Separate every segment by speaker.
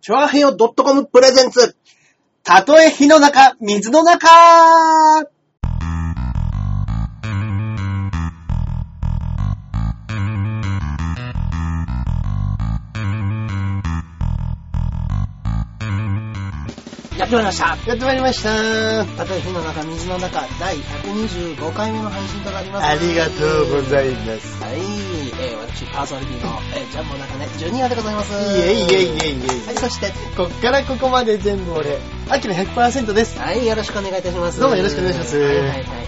Speaker 1: チョアヘヨ .com プレゼンツ。たとえ火の中、水の中
Speaker 2: やってまいりました。
Speaker 1: やってまいりました。たとえ火の中、水の中、第125回目の配信となります。
Speaker 3: ありがとうございます。
Speaker 1: はい、えー、私、パーソナリティの、えー、ジャンボ中根ジュニアでございます。
Speaker 3: いえいえいえい
Speaker 1: は
Speaker 3: え。
Speaker 1: い、そして、
Speaker 3: こっからここまで全部俺、アキラ100%です。
Speaker 1: はい、よろしくお願いいたします。
Speaker 3: どうもよろしくお願いします
Speaker 1: はいはいはいはい。ね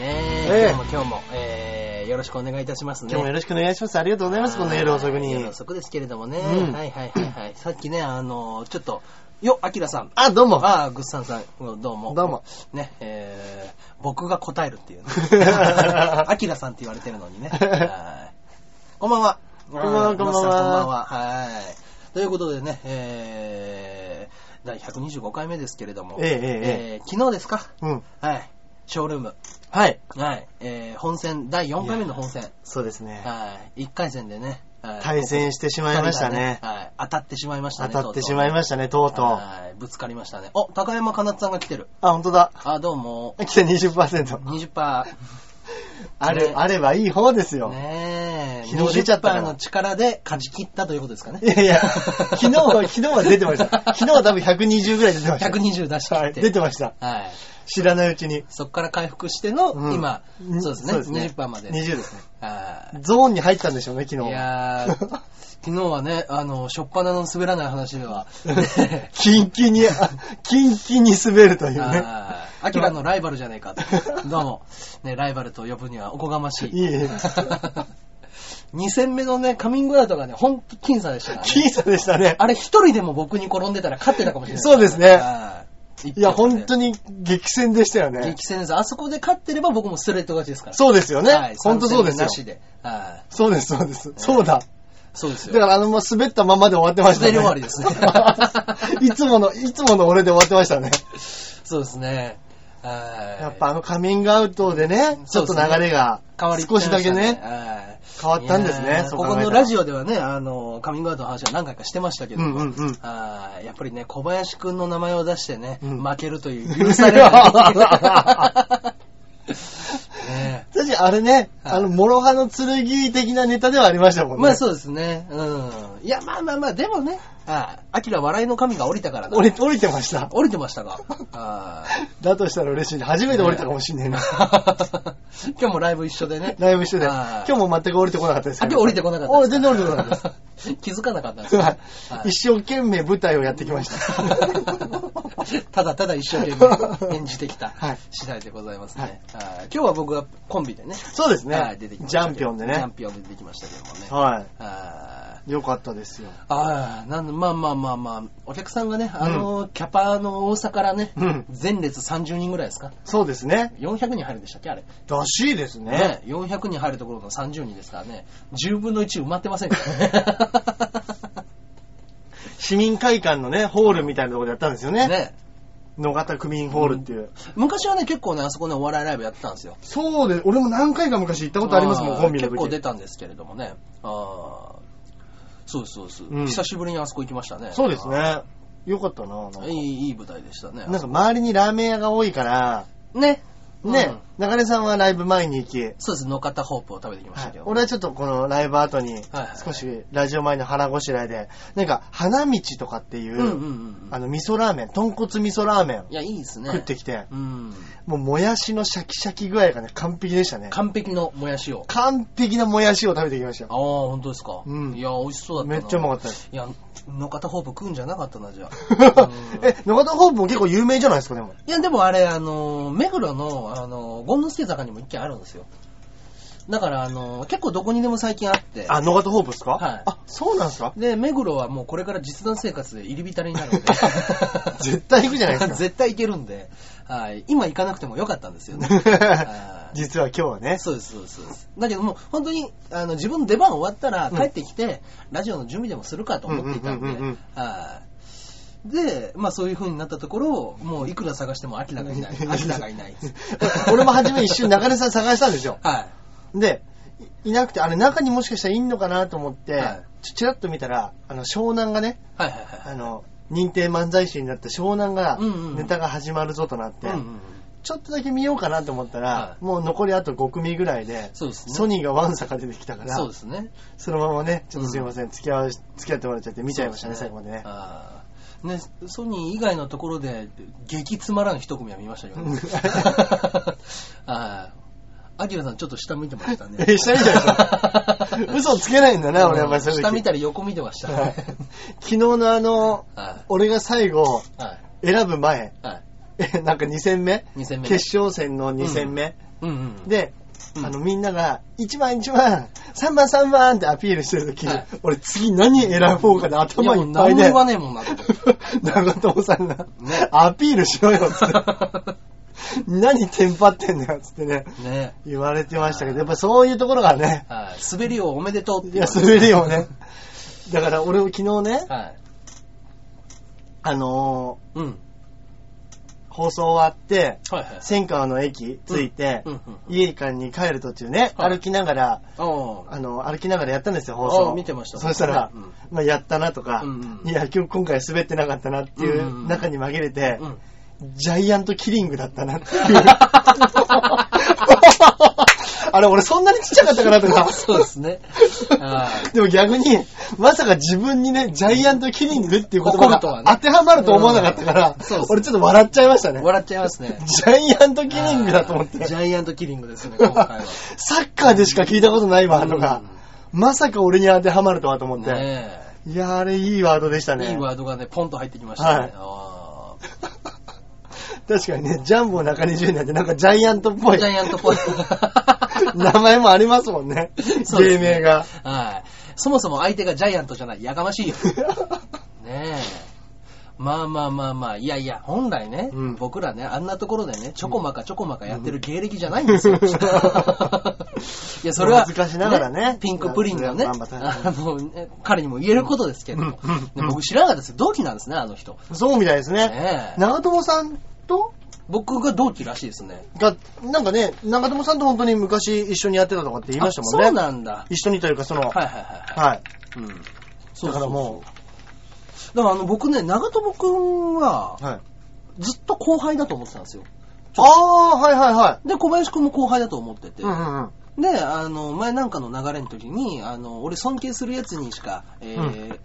Speaker 1: え
Speaker 3: え、え
Speaker 1: 今日も今日も、えー、よろしくお願いいたしますね。
Speaker 3: 今日もよ
Speaker 1: ろし
Speaker 3: ろしくお願いします。ありがとうございます、この夜遅くに
Speaker 1: 夜。遅くですけれどもね。
Speaker 3: うん
Speaker 1: はいはいはいはい。さっきね、あの、ちょっと、よ、アキラさん。
Speaker 3: あ、どうも。
Speaker 1: ああ、グッサンさん、うんどうも。
Speaker 3: どうも。
Speaker 1: ね、えー、僕が答えるっていう ね。アキラさんって言われてるのにね。はいこんばんは。
Speaker 3: こんばんは
Speaker 1: う
Speaker 3: こんばんは
Speaker 1: グッサンさこんばんは。はい。ということでね、えー、第125回目ですけれども、
Speaker 3: ええええ
Speaker 1: えー昨日ですか
Speaker 3: うん。
Speaker 1: はい。ショールーム。
Speaker 3: はい。
Speaker 1: はい。えー、本戦、第4回目の本戦。
Speaker 3: そうですね。
Speaker 1: はい。1回戦でね。はい
Speaker 3: 対戦してしまいましたね
Speaker 1: 二人。がはい。当たってしまいました
Speaker 3: 当
Speaker 1: ね。
Speaker 3: たってしまい
Speaker 1: し
Speaker 3: ましたね、とうとう。あ、
Speaker 1: はい。ぶつかりましたね。お、高山かなつさんが来てる。
Speaker 3: 本当だ。
Speaker 1: あ、どうも。
Speaker 3: アキラ20%。
Speaker 1: 20%。
Speaker 3: あ
Speaker 1: ね
Speaker 3: る、あればいい方ですよ。
Speaker 1: ねえ。
Speaker 3: 昨日出ちゃったから
Speaker 1: 20%の力で勝ち切ったということですかね。
Speaker 3: いやいや、昨日 は、昨日は出てました。昨日は多分120ぐらい出てました。
Speaker 1: 120出し切
Speaker 3: は
Speaker 1: っ
Speaker 3: い、
Speaker 1: て。
Speaker 3: 出てました。
Speaker 1: はい。
Speaker 3: 知らないうちに。
Speaker 1: そこから回復しての、
Speaker 3: うん
Speaker 1: 今、
Speaker 3: うん
Speaker 1: そうですね。20%まで。
Speaker 3: 20ですね。
Speaker 1: はい。
Speaker 3: ゾーンに入ったんでしょうね、昨
Speaker 1: い
Speaker 3: 日。
Speaker 1: やー昨日はね、あの、しょっぱなの滑らない話 では、ね
Speaker 3: キンキンに、あキンキンに滑るというね。
Speaker 1: あーアキラのライバルじゃね えかと。どうも、ね、ライバルと呼ぶにはおこがまし
Speaker 3: い
Speaker 1: い。
Speaker 3: いね。
Speaker 1: 2戦目のね、カミングアウトがね、ほんと僅差でしたからね。
Speaker 3: 僅差でしたね。
Speaker 1: あれ一人でも僕に転んでたら勝ってたかもしれない。
Speaker 3: そうですね
Speaker 1: はい。
Speaker 3: いや、本当
Speaker 1: に。
Speaker 3: に激戦でしたよね。
Speaker 1: 激戦です。あそこで勝ってれば僕もストレート勝ちですから。
Speaker 3: そうですよ
Speaker 1: は
Speaker 3: ね
Speaker 1: い。。
Speaker 3: 本当そうですよ
Speaker 1: 参。戦なしで。はい。
Speaker 3: そうです、そうです。そうだ。
Speaker 1: そうですよ。
Speaker 3: だから、あの、もう滑ったままで終わってましたね。
Speaker 1: 滑り終わりで すね
Speaker 3: いつもの、いつもの俺で終わってましたね。
Speaker 1: そうですね。はい
Speaker 3: やっぱあのカミングアウトでね、ち
Speaker 1: そう
Speaker 3: ょっ
Speaker 1: で
Speaker 3: と
Speaker 1: すね
Speaker 3: 流れが
Speaker 1: 変わり
Speaker 3: 少しだけね、
Speaker 1: ね
Speaker 3: 変わったんですね
Speaker 1: いやー
Speaker 3: そう
Speaker 1: こ
Speaker 3: 考え
Speaker 1: こ
Speaker 3: たら
Speaker 1: のラジオではね、あの、カミングアウトの話は何回かしてましたけど、
Speaker 3: うんうんうん
Speaker 1: あーやっぱりね、小林くんの名前を出してね、
Speaker 3: うん
Speaker 1: 負けるという許されない。 ね
Speaker 3: 確かにあれね、
Speaker 1: はい
Speaker 3: あの、諸刃の剣的なネタではありましたもんね。
Speaker 1: まあそうですね。うん。いや、まあまあまあ、でもね、ああ、アキラ笑いの神が降りたからな
Speaker 3: 降り、降りてました。
Speaker 1: 降りてましたが。あ
Speaker 3: だとしたら嬉しいね。初めて降りたかもしんねえな。
Speaker 1: あ 今日もライブ一緒でね。
Speaker 3: ライブしてて、
Speaker 1: は
Speaker 3: 今
Speaker 1: い
Speaker 3: 日も全く降りてこなかったです
Speaker 1: あ、
Speaker 3: け
Speaker 1: 今日
Speaker 3: ど。
Speaker 1: 降りてこなかった
Speaker 3: お
Speaker 1: です
Speaker 3: 全然降りてこなかったで。
Speaker 1: です。 気づかなかったんですすね
Speaker 3: は
Speaker 1: はいい
Speaker 3: 一生懸命舞台をやってきました。
Speaker 1: ただただ一生懸命演じてきた
Speaker 3: はい
Speaker 1: 次第でございますね。はい今日は僕がコンビで ね、
Speaker 3: そうです
Speaker 1: は
Speaker 3: ね
Speaker 1: い。出てきまし
Speaker 3: ジ
Speaker 1: た
Speaker 3: ャ
Speaker 1: けど
Speaker 3: ンピオンで
Speaker 1: ジャ
Speaker 3: ね
Speaker 1: ン。ピオンで出てきましたけどもね。
Speaker 3: は
Speaker 1: あー
Speaker 3: い。よかったですよ。
Speaker 1: あーなんでまあまあまあまあ、お客さんがね、あの、キャパの多さからね、
Speaker 3: うん
Speaker 1: 前列30人ぐらいですか
Speaker 3: そうですね。
Speaker 1: ?400 人入るんでしたっけあれ。
Speaker 3: らしいですね。
Speaker 1: ね、400人入るところの30人ですからね、10分の1埋まってませんから
Speaker 3: 市民会館のね、ホールみたいなところでやったんですよ
Speaker 1: ね。
Speaker 3: ね。
Speaker 1: ね
Speaker 3: 野方区民ホールっていう。
Speaker 1: 昔はね、結構ね、あそこね、お笑いライブやってたんですよ。
Speaker 3: そうで、俺も何回か昔行ったことありますもん、
Speaker 1: あー
Speaker 3: コンビの
Speaker 1: 結構出
Speaker 3: 時。
Speaker 1: たんですけれどもね。あーそうです、そうです、
Speaker 3: うん
Speaker 1: 久しぶりにあそこ行きましたね。
Speaker 3: そうですね。よかったななん
Speaker 1: あ
Speaker 3: か
Speaker 1: ー。いい、いい舞台でしたね。
Speaker 3: なんか周りにラーメン屋が多いから、
Speaker 1: ね。う
Speaker 3: ね
Speaker 1: ん、
Speaker 3: 中根さんはライブ前に行き、
Speaker 1: そうです、野方ホープを食べてきましたけど。
Speaker 3: 俺はちょっとこのライブ後に
Speaker 1: はいはい、
Speaker 3: 少しラジオ前の腹ごしらえで、なんか、花道とかっていう、
Speaker 1: うんうんうん
Speaker 3: あの、味噌ラーメン、豚骨味噌ラーメン
Speaker 1: うん。いや、いいですね。
Speaker 3: 食ってきて、
Speaker 1: うん。
Speaker 3: もうもやしのシャキシャキ具合がね、完璧でしたね。
Speaker 1: 完璧のもやしを。
Speaker 3: 完璧なもやしを食べてきました
Speaker 1: あ
Speaker 3: よ。
Speaker 1: あ、本当ですか。
Speaker 3: うん
Speaker 1: いや、美味しそうだった
Speaker 3: め
Speaker 1: な。
Speaker 3: っちゃうまかったです。
Speaker 1: いや、野方ホープ食うんじゃなかったな、じゃあ。うん
Speaker 3: え、野方ホープも結構有名じゃないですか、でも。
Speaker 1: いや、でもあれ、あの、目黒の、あの、ゴンノスケ坂にも一軒あるんですよ。だから、あの、結構どこにでも最近あって。
Speaker 3: あ、野方ホープですか
Speaker 1: はい
Speaker 3: あ、そうなんですか。
Speaker 1: で、目黒はもうこれから実弾生活で入り浸りになるんで
Speaker 3: 絶対行くじゃないですか。
Speaker 1: 絶対行けるんで、はい。今行かなくてもよかったんですよねは い
Speaker 3: 実は今日はね。
Speaker 1: そうです、そうですそうです。だけどもう本当にあの自分の出番終わったら帰ってきて、ラジオの準備でもするかと思っていたんで、
Speaker 3: うんうんうんうんうん
Speaker 1: はいで、まあそういう風になったところ、もういくら探しても明らが いない、明らがいない。
Speaker 3: 俺も初め一瞬中根さん探したんですよ。
Speaker 1: はい。
Speaker 3: で、いいなくて、あれ中にもしかしたらいんのかなと思って、
Speaker 1: はい
Speaker 3: ちちらっと見たら、あの、湘南がね、
Speaker 1: はいはいはい。
Speaker 3: あの、認定漫才師になった湘南が
Speaker 1: うんうんうん、
Speaker 3: ネタが始まるぞとなって、
Speaker 1: うんうんうん
Speaker 3: ちょっとだけ見ようかなと思ったら、
Speaker 1: は
Speaker 3: もう残りあと5組ぐらいで、
Speaker 1: そうですね。
Speaker 3: ソニーがワンサが出てきたから、
Speaker 1: そうですね。
Speaker 3: そのままね、ちょっとすいません、付き合わ付き合ってもらっちゃって見ちゃいましたね、
Speaker 1: そう
Speaker 3: 最後までね。
Speaker 1: あーね、ソニー以外のところで、激つまらん一組は見ましたけど
Speaker 3: うん。
Speaker 1: ね。 あーアキラさんちょっと下見てましたね
Speaker 3: え、下見ちゃいました 嘘つけないんだな、俺はやっぱりそういう時
Speaker 1: 下見たり横見てました
Speaker 3: はい
Speaker 1: ね。
Speaker 3: 昨日のあの、
Speaker 1: は
Speaker 3: 俺が最後、
Speaker 1: い。はい。
Speaker 3: 選ぶ前、
Speaker 1: はい。
Speaker 3: えなんか2戦目
Speaker 1: 2戦目。
Speaker 3: 決勝戦の2戦目、
Speaker 1: うんうん。
Speaker 3: で、
Speaker 1: うん
Speaker 3: あのみんなが1番1番3番3番ってアピールしてる時、
Speaker 1: はい
Speaker 3: 俺次何選ぼうかな頭いっぱい
Speaker 1: い
Speaker 3: で
Speaker 1: やもう何も言わねえも んなと思
Speaker 3: 長友さんが、
Speaker 1: ね
Speaker 3: アピールしろよっつって何テンパってんだよっつってね
Speaker 1: ね
Speaker 3: 言われてましたけどやっぱそういうところがね
Speaker 1: はい。滑りをおめでとうっ
Speaker 3: い
Speaker 1: て言
Speaker 3: や
Speaker 1: われて。
Speaker 3: 滑りをねだから俺も昨日ね
Speaker 1: はい。
Speaker 3: あの
Speaker 1: うん。
Speaker 3: ー放送終わって
Speaker 1: はいはい。
Speaker 3: 千川の駅着いて、
Speaker 1: うんうん。
Speaker 3: 家に帰る途中ね、
Speaker 1: はい
Speaker 3: 歩きながら
Speaker 1: おー
Speaker 3: あの、歩きながらやったんですよ、放送。
Speaker 1: あ見てました
Speaker 3: そしたら、
Speaker 1: うん
Speaker 3: まあ、やったなとか、
Speaker 1: うんうん
Speaker 3: いや、今日今回滑ってなかったなってい
Speaker 1: うんうんう
Speaker 3: うん中に紛れて、
Speaker 1: うん。
Speaker 3: ジャイアントキリングだったなっていう。 あれ、俺そんなにちっちゃかったかなとか。
Speaker 1: そうですね。はい
Speaker 3: でも逆に、まさか自分にね、ジャイアントキリングっていう言葉
Speaker 1: 怒るとは
Speaker 3: が
Speaker 1: ね
Speaker 3: 当てはまると思わなかったから、
Speaker 1: うんそうそう
Speaker 3: 俺ちょっと笑っちゃいましたね。
Speaker 1: 笑っちゃいますね。
Speaker 3: ジャイアントキリングだと思って
Speaker 1: あー。ジャイアントキリン グですね、今回は。
Speaker 3: サッカーでしか聞いたことないわ、とか。まさか俺に当てはまるとはと思
Speaker 1: うん
Speaker 3: って。
Speaker 1: ね
Speaker 3: いやー、あれいいワードでした
Speaker 1: え
Speaker 3: ね。
Speaker 1: いいワードがね、ポンと入ってきました
Speaker 3: はい
Speaker 1: ね。あ
Speaker 3: 確かにね、ジャンボ中西ジュニアってなんかジャイアントっぽ
Speaker 1: ー
Speaker 3: い
Speaker 1: ジ。ャイアントポイント。
Speaker 3: 名前もありますもんね。
Speaker 1: そうで
Speaker 3: 芸
Speaker 1: すね
Speaker 3: 名が。
Speaker 1: はい。そもそも相手がジャイアントじゃない。やかましいよ。ねえ。まあまあまあまあ、いやいや、本来ね、
Speaker 3: うん
Speaker 1: 僕らね、あんなところでね、ちょこまかちょこまかやってる芸歴じゃないんですよ。
Speaker 3: うん
Speaker 1: いや、それは、
Speaker 3: 恥ずかしながらね
Speaker 1: ピンクプリンのね、
Speaker 3: まあまあまあ
Speaker 1: あの、ね彼にも言えることですけども、
Speaker 3: うんうん
Speaker 1: で僕知らなかったですよ。同期なんですね、あの人。
Speaker 3: そうみたいですね。
Speaker 1: ねえ
Speaker 3: 長友さんと
Speaker 1: 僕が同期らしいですね。
Speaker 3: が、なんかね、長友さんと本当に昔一緒にやってたとかって言いましたもんね。
Speaker 1: あそうなんだ。
Speaker 3: 一緒にというか、その、
Speaker 1: はい
Speaker 3: は
Speaker 1: はいはい
Speaker 3: い。
Speaker 1: はい。うん。
Speaker 3: だからも
Speaker 1: う。だからあの僕ね、長友くんは
Speaker 3: う、はい。
Speaker 1: ずっと後輩だと思ってたんですよ。
Speaker 3: ああ、はいはいは
Speaker 1: で、小林くんも後輩だと思ってて。
Speaker 3: い。うんうんうん。
Speaker 1: で、あの、前なんかの流れの時に、あの、俺尊敬するやつにしか、えー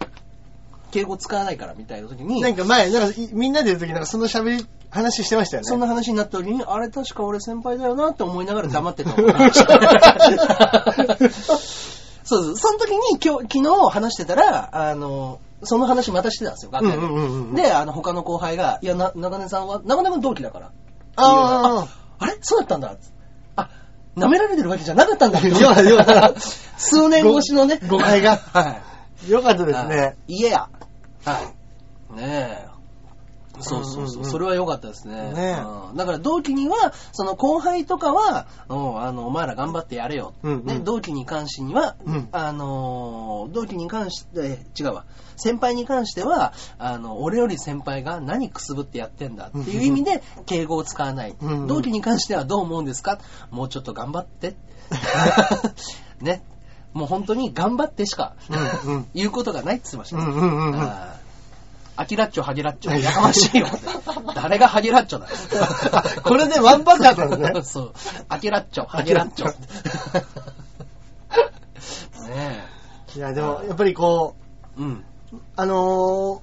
Speaker 1: 敬語使わないからみたいな時に、
Speaker 3: なんか前、なんかいみんなでいるときなんかその喋り、話してましたよね。
Speaker 1: そんな話になった時に、あれ確か俺先輩だよなって思いなが ら黙ってた。 そうです。その時に今日、昨日話してたら、あの、その話またしてたんですよ、楽屋で
Speaker 3: うんうんうんうん
Speaker 1: で、あの、他の後輩が、いや、な長根さんは、長根君同期だから。
Speaker 3: あ
Speaker 1: あれそうだったんだ。あ、舐められてるわけじゃなかった んだけど。
Speaker 3: よかったよかった
Speaker 1: 数年越しのね。
Speaker 3: ご誤解が
Speaker 1: はい。
Speaker 3: あ、よかったですね。
Speaker 1: いえや。はい。ねえ。そうそう
Speaker 3: うん
Speaker 1: そ
Speaker 3: うん
Speaker 1: う。
Speaker 3: うん
Speaker 1: それは良かったですね。
Speaker 3: ね
Speaker 1: うんだから同期には、その後輩とかは、うんあの、お前ら頑張ってやれよ。
Speaker 3: うんうん
Speaker 1: ね、同期に関してには、
Speaker 3: うん
Speaker 1: あのー、同期に関して、違うわ。先輩に関しては、あの、俺より先輩が何くすぶってやってんだっていう意味で、敬語を使わない。
Speaker 3: うんうん
Speaker 1: 同期に関してはどう思うんですかもうちょっと頑張 って。ね。もう本当に頑張ってしか
Speaker 3: うんうん
Speaker 1: 言うことがないって言ってました
Speaker 3: う
Speaker 1: ね。
Speaker 3: んうんうんうん。
Speaker 1: あーアキラッチョ、ハゲラッチ ョ、やかましいよ。誰がハゲラッチョだ
Speaker 3: これでワンパターンだね
Speaker 1: そう。アキラッチョ、ハゲラッチ ョ。ね
Speaker 3: いや、でも、やっぱりこう、
Speaker 1: え。うん。
Speaker 3: あのー